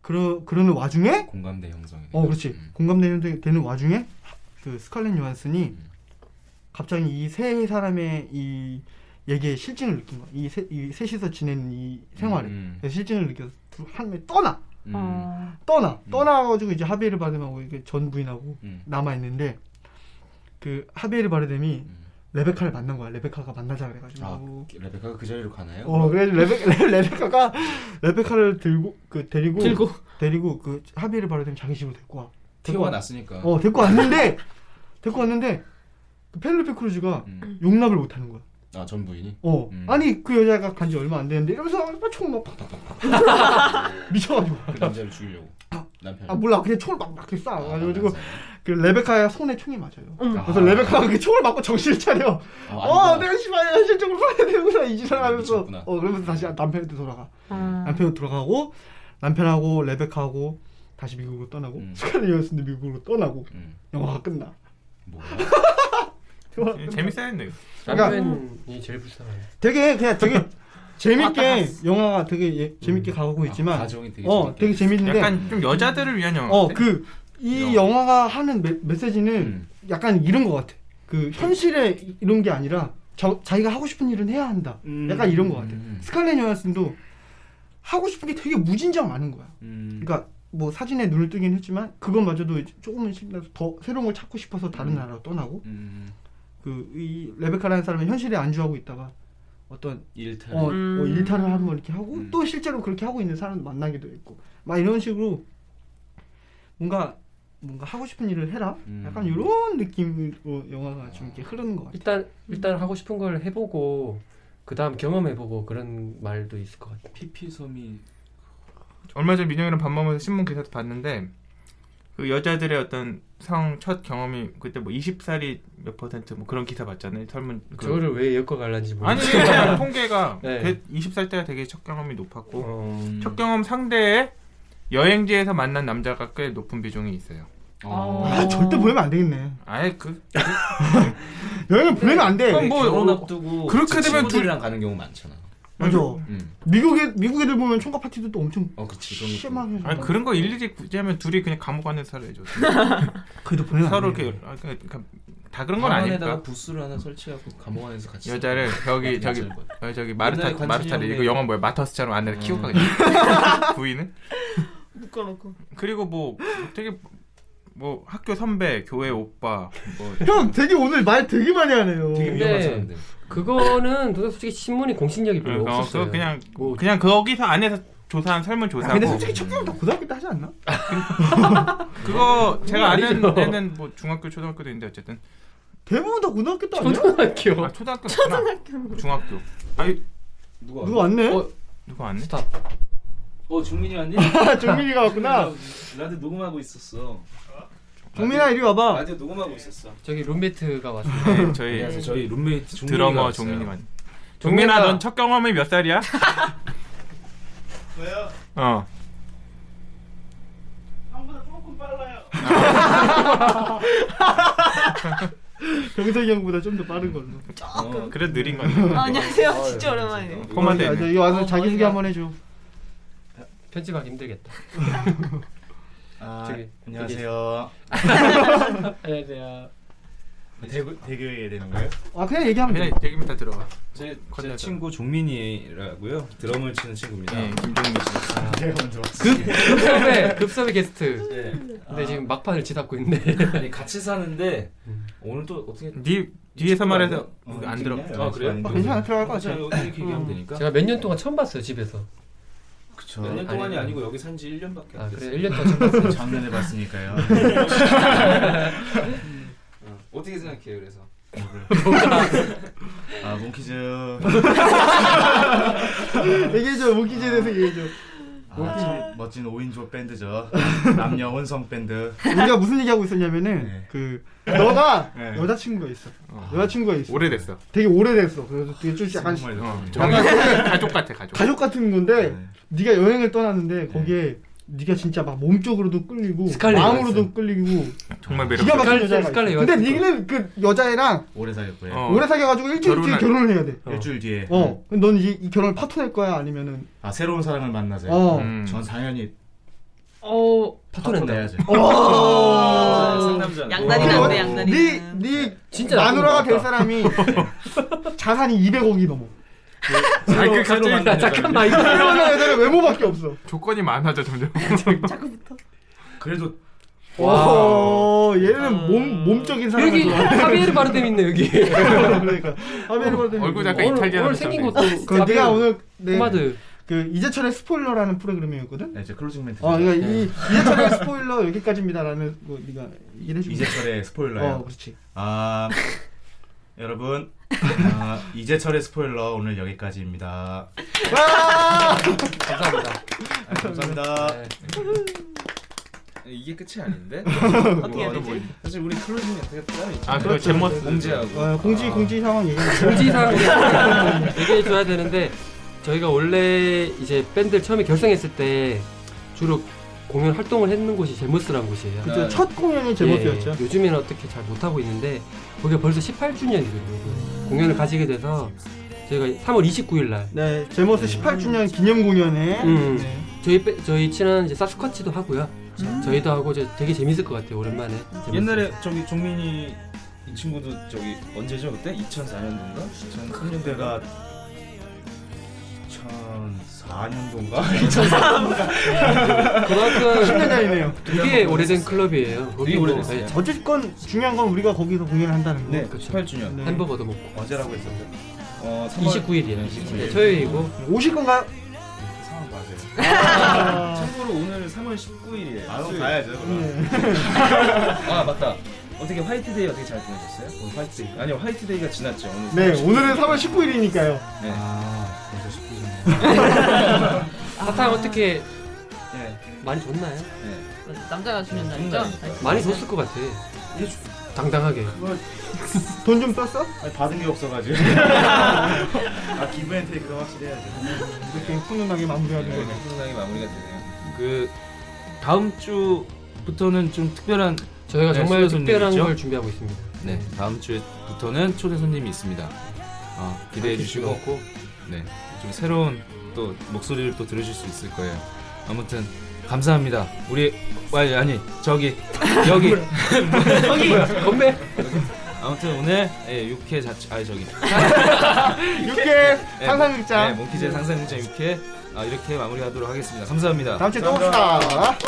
S3: 그러 그러는 와중에
S2: 공감대 형성이네.
S3: 어 그렇지
S2: 음.
S3: 공감되는 데- 되는 와중에 그 스칼렛 요한슨이
S2: 음.
S3: 갑자기 이 세 사람의 이 얘기에 실증을 느낀 거야. 이, 세, 이 셋이서 지내는 이 네. 생활에
S2: 음.
S3: 그래서 실증을 느껴서 둘한 명이 떠나
S2: 음.
S1: 아.
S3: 떠나
S2: 음.
S3: 떠나가지고 이제 하비에르 바르뎀하고 이게 전 부인하고
S2: 음.
S3: 남아 있는데 그 하비에르 바르뎀이
S2: 음.
S3: 레베카를 만난 거야. 레베카가 만나자 그래가지고.
S2: 아, 레베카가 그 자리로 가나요?
S3: 어 그래서 레베 레베카가 레베카를 들고 그 데리고
S1: 들고.
S3: 데리고 그 하비에르 바르뎀 자기 집으로 데리고 와. 데리고
S2: 티가 났으니까.
S3: 어 데리고 왔는데 데리고 왔는데 그 펠로페 크루즈가
S2: 음.
S3: 용납을 못하는 거야.
S2: 아, 전 부인이.
S3: 어
S2: 음.
S3: 아니 그 여자가 간지 얼마 안 됐는데 이러면서 막 총을 막 미쳐가지고
S2: 그 남자를 죽이려고. 아, 남편.
S3: 아 몰라 그냥 총을 막막 이렇게 쏴 그래가지고 그 레베카의 손에 총이 맞아요.
S1: 음.
S3: 그래서 레베카가 그 총을 맞고 정신을 차려.
S2: 뭐,
S3: 어 내가 씨발 현실적으로 살아야 되는구나 이 짓을 하면서
S2: 아, 미쳤구나.
S3: 어 그러면서 다시 남편한테 돌아가.
S1: 아.
S3: 남편으로 돌아가고 남편하고 레베카하고 다시 미국으로 떠나고
S2: 음.
S3: 스칼렛 요한슨도 미국으로 떠나고
S2: 음.
S3: 영화가 끝나.
S2: 뭐야?
S3: 영화가 끝나.
S4: 음, 재밌어야 했네.
S3: 그러니까-
S5: 남편이 제일 불쌍해.
S3: 되게 그냥 되게
S1: 왔다
S3: 재밌게
S1: 갔어.
S3: 영화가 되게 예- 재밌게 가고 있지만
S2: 가정이 아, 되게
S3: 어 되게 재밌는데
S4: 약간 좀 여자들을 위한 영화. 같아.
S3: 어 그 이 영화가 하는 메, 메시지는
S2: 음.
S3: 약간 이런 것 같아. 그 현실에 이- 이런 게 아니라 저, 자기가 하고 싶은 일은 해야 한다. 약간 이런 것 같아.
S2: 음.
S3: 스칼렛 요한슨도 하고 싶은 게 되게 무진장 많은 거야.
S2: 음.
S3: 그러니까 뭐 사진에 눈을 뜨긴 했지만 그것마저도 이제 조금은 신나서 더 새로운 걸 찾고 싶어서 다른
S2: 음.
S3: 나라로 떠나고
S2: 음.
S3: 그 이 레베카라는 사람은 현실에 안주하고 있다가 어떤
S2: 일탈.
S3: 어,
S1: 음.
S3: 어, 일탈을 한번 이렇게 하고
S2: 음.
S3: 또 실제로 그렇게 하고 있는 사람 만나기도 했고 막 이런 식으로 뭔가 뭔가 하고 싶은 일을 해라
S2: 음.
S3: 약간 이런 느낌으로 영화가 좀 이렇게 흐르는 것 같아요.
S5: 일단 일단 하고 싶은 걸 해보고 그 다음 경험해보고 그런 말도 있을 것 같아.
S2: 피피섬이
S4: 얼마 전 민영이랑 밥 먹으면서 신문 기사도 봤는데 그 여자들의 어떤 성 첫 경험이 그때 뭐 20살이 몇 퍼센트 뭐 그런 기사 봤잖아요. 설문 그-
S5: 저를 왜 엮어 갈란지
S4: 아니
S5: 모르겠어요.
S4: 그냥 통계가
S5: 네.
S4: 20살 때가 되게 첫 경험이
S3: 어,
S4: 높았고
S2: 음.
S4: 첫 경험 상대의 여행지에서 만난 남자가 꽤 높은 비중이 있어요.
S2: 어.
S3: 아 절대 보내면 안 되겠네.
S4: 아예 그
S3: 여행을 보내면 안 돼.
S4: 그럼
S2: 뭐
S4: 뭐,
S2: 결혼
S5: 그렇죠.
S4: 어,
S2: 앞두고
S4: 그렇게
S2: 그
S4: 되면
S2: 친구들이랑 가는 경우 많잖아.
S3: 맞아.
S2: 음.
S3: 미국 애 미국 애들 보면 총각 파티도 또 엄청
S2: 어, 그치. 그런 거
S3: 심하게. 해서.
S4: 아니 그런 거 일일이 굳이 하면 둘이 그냥 감옥 안에서 살아야죠.
S3: 그래도 보내면
S4: 서로
S3: 안
S4: 이렇게
S3: 돼.
S4: 아, 그러니까 다 그런 건
S2: 방 안에다가
S4: 아니니까
S2: 부스를 하나 설치하고 감옥 안에서 같이
S4: 여자를 저기 저기
S2: 괜찮을 것 같아.
S4: 어, 저기
S2: 옛날에
S4: 마르타
S2: 관심이
S4: 마르타를
S2: 없네.
S4: 이거 영어 뭐야 마터스처럼 안에
S2: 음.
S4: 키우고 그냥 부인은
S1: 묶어놓고.
S4: 그리고 뭐 되게 뭐 학교 선배 교회 오빠
S2: 뭐
S3: 형 되게 오늘 말 되게 많이 하네요.
S2: 되게 위험한 사람들.
S5: 그거는 도대체 솔직히 신문이 공신력이 별로
S4: 그거
S5: 없었어요.
S4: 그냥
S5: 뭐,
S4: 그냥 거기서 안에서 조사한 설문
S3: 아, 근데
S4: 조사고
S3: 솔직히 첫 경험 다 고등학교 때 하지 않나?
S4: 그거 제가 아는
S5: 아니죠.
S4: 데는 뭐 중학교 초등학교도 있는데 어쨌든
S3: 대부분 다 고등학교 때 아니야?
S5: 초등학교.
S4: 아 초등학교 초등학교 중학교 아니
S2: 누가
S3: 누가 왔네?
S2: 어.
S4: 누가 왔네
S2: 어 중민이 왔니?
S3: 아, 종민이가 왔구나.
S2: 나한테 녹음하고 있었어.
S3: 종민아 이리 와봐.
S2: 나한테 녹음하고 있었어.
S5: 저기 룸메트가 왔어요.
S4: 네, 저희
S2: 안녕하세요. 저희 룸메이트 음. 종민이가
S4: 드러머
S2: 왔어요.
S4: 종민이가 왔네. 종민아 넌 첫 경험이 몇 살이야? 저요? 어
S3: 경석이 형보다 좀 더 빠른 걸로.
S2: 어,
S4: 그래도 느린 건데
S1: 아, 안녕하세요.
S2: 어,
S1: 진짜 오랜만이에요.
S4: 포마대
S3: 아, 저
S4: 있네
S3: 이거 와서
S1: 어,
S3: 자기소개
S1: 머리가.
S3: 한번 해줘.
S5: 편집하기 힘들겠다.
S7: 아,
S5: 저기,
S7: 안녕하세요.
S5: 안녕하세요.
S7: 대구, 대교해야 되는 거예요?
S3: 아 그냥 얘기하면 돼.
S4: 그냥 얘기만 다 들어와
S2: 제, 제
S4: 건네서.
S2: 친구 종민이라고요. 드럼을 치는 친구입니다.
S4: 네 김종민 씨
S7: 제가 먼저 왔어요.
S5: 급섭의 급섭의 게스트.
S2: 네.
S5: 근데 지금 막판을 치닫고 있네.
S2: 아니 같이 사는데 오늘 또 어떻게
S4: 네 뒤에서 말해서
S7: 어,
S4: 안 들어
S7: 찍냐?
S2: 아, 그래요?
S3: 아, 괜찮아 들어갈 것 같아.
S2: 그냥 여기 이렇게 얘기하면 되니까.
S5: 제가 몇 년 동안 처음 봤어요 집에서.
S7: 그쵸.
S2: 몇 년 동안이
S5: 아니,
S2: 아니, 고 여기 산지 1년밖에
S5: 아
S2: 안
S5: 그래
S2: 됐어요.
S5: 1년 동안 처음 봤어요.
S7: 작년에 봤으니까요.
S2: 어, 어떻게 생각해요? 그래서
S7: 아, 몽키즈.
S3: 얘기해줘. 모기지에 대해서 얘기해줘.
S7: 아, 참 멋진 5인조 밴드죠. 남녀 혼성 밴드.
S3: 우리가 무슨 얘기하고 있었냐면은
S7: 네.
S3: 그 너가
S7: 네.
S3: 여자친구가 있어. 여자친구가 있어.
S4: 오래됐어
S3: 되게 오래됐어. 그래서 되게 좀 약간
S7: 정말
S4: 어,
S7: 좋습니다.
S4: 종민 가족 같아 가족
S3: 가족 같은 건데
S7: 네.
S3: 네가 여행을 떠났는데 거기에 네가 진짜 막 몸쪽으로도 끌리고
S5: 스칼렛
S3: 마음으로도 끌리고
S4: 정말 매력
S3: 기가 막힌
S5: 스칼렛,
S3: 여자가
S5: 스칼렛
S3: 있어. 근데
S5: 여자친구.
S3: 니는 그 여자애랑
S7: 오래 사귀었고요.
S4: 어.
S3: 오래 사귀어가지고 일주일 뒤에
S4: 결혼할- 네.
S3: 결혼을 해야 돼.
S7: 일주일 뒤에
S3: 어, 그럼 넌 이제 이 결혼을 파토낼 거야 아니면은
S7: 아, 새로운 사람을 만나세요.
S3: 어,
S4: 음.
S7: 전 당연히
S5: 어 파토낸다.
S7: 파토내야죠.
S4: 어.
S5: 어.
S2: 상남자는
S1: 양다리는 안 돼, 양다리.
S3: 네, 네
S5: 진짜
S3: 마누라가 될
S5: 나쁜
S3: 사람이 자산이 200억이 넘어.
S4: 아니, 그
S7: 새로
S4: 갑자기
S7: 만난
S5: 잠깐만 이거
S3: 그러면 애들은 외모밖에 없어.
S4: 조건이 많아져 점점
S7: 그래도
S3: 와, 얘는 몸 몸적인 사람이
S5: 여기
S3: 좋아.
S5: 카비에르 바르뎀 있네 여기.
S3: 그러니까 하메르
S4: 얼굴 약간
S5: 오늘
S4: 이탈리아나
S5: 오늘 생긴
S4: 비슷하네.
S5: 것도
S3: 어? 그 네가 오늘 네,
S5: 포마드.
S3: 그 이재철의 스포일러라는 프로그램이었거든.
S7: 네, 이제 클로징 멘트.
S3: 어, 그러니까
S5: 네.
S3: 이 이재철의 스포일러 여기까지입니다라는 거 네가 이래 주면
S7: 이재철의 스포일러예요.
S3: 어, 그렇지.
S7: 아, 여러분. 아, 이재철의 스포일러 오늘 여기까지입니다.
S3: 와!
S5: 감사합니다.
S7: 아, 감사합니다.
S5: 네.
S2: 이게 끝이 아닌데?
S7: 네,
S1: 어떻게
S7: 뭐,
S1: 해야 되지?
S2: 사실 우리 클로징 멘트가 따로 있잖아.
S4: 아 그거 제멋
S2: 그렇죠. 공지하고.
S3: 어, 공지
S2: 아.
S3: 공지 상황 얘기해.
S5: 공지사항 얘기해 줘야 되는데 저희가 원래 이제 밴드를 처음에 결성했을 때 주로 공연 활동을 했는 곳이 제모스라는 곳이에요.
S2: 네.
S3: 그죠. 첫 공연이 제모스였죠.
S5: 예, 요즘에는 어떻게 잘 못하고 있는데 거기가 벌써 18주년이거든요. 공연을 가지게 돼서 저희가 3월 29일 날
S3: 네, 제모스 18주년 기념 공연에
S5: 음.
S3: 네.
S5: 저희 빼- 저희 친한 이제 사스쿼치도 하고요.
S3: 음.
S5: 저희도 하고 이제 되게 재밌을 것 같아요. 오랜만에. 재밌어요.
S2: 옛날에 저기 종민이 이 친구도 저기 언제죠 그때? 2004년도인가?
S7: 2003년대가 2004년도인가?
S5: 고등학교
S3: 10년 전이네요.
S5: 되게 오래된 클럽이에요. 거기
S2: 되게
S5: 뭐,
S2: 오래됐어요.
S5: 예, 참-
S3: 어쨌건 중요한 건 우리가 거기서 공연을 한다는 거.
S2: 네,
S5: 그쵸.
S2: 18주년.
S3: 네.
S5: 햄버거도 먹고
S2: 언제라고 했었죠? 어, 3월
S5: 29일이에요.
S2: 29일.
S5: 토요일이고
S3: 오실 건가요?
S7: 상황 봐세요.
S2: 참고로 오늘 3월 19일이에요.
S7: 아, 그럼 가야죠. 그럼.
S3: 네.
S2: 아 맞다. 어떻게 화이트데이 어떻게 잘 보내셨어요? 오늘 화이트데이. 아니요 화이트데이가 지났죠. 오늘
S3: 네,
S2: 3월 19일.
S3: 오늘은 3월 19일이니까요.
S2: 네.
S7: 아, 벌써 19년.
S5: 사탕 어떻게
S2: 네.
S5: 많이 줬나요?
S2: 네.
S1: 남자가 주는 날이죠? 알겠습니다.
S5: 네. 많이 줬을 것 같아. 당당하게.
S3: 돈 좀 썼어?
S2: 아니, 받은 게 없어가지고. 아 기브 앤 테이크 확실히 해야죠.
S3: 이렇게 훈훈하게 마무리하는 거네.
S8: 상당히 마무리가 되네요. 그 다음 주부터는 좀 특별한
S5: 저희가
S8: 네,
S5: 정말
S8: 손님
S5: 특별한
S8: 있죠?
S5: 걸 준비하고 있습니다.
S8: 네 다음 주부터는 초대 손님이 있습니다. 아, 기대해 주시고 네좀 새로운 또 목소리를 또 들으실 수 있을 거예요. 아무튼 감사합니다. 우리 아니 아니 저기 여기
S5: 형이 건배.
S8: 아무튼 오늘 예, 6회 자체 아니 저기
S3: 6개
S8: 네,
S3: 상상극장.
S8: 몽키즈 상상극장 6회 아, 이렇게 마무리하도록 하겠습니다. 감사합니다.
S3: 다음 주에 또 봅시다.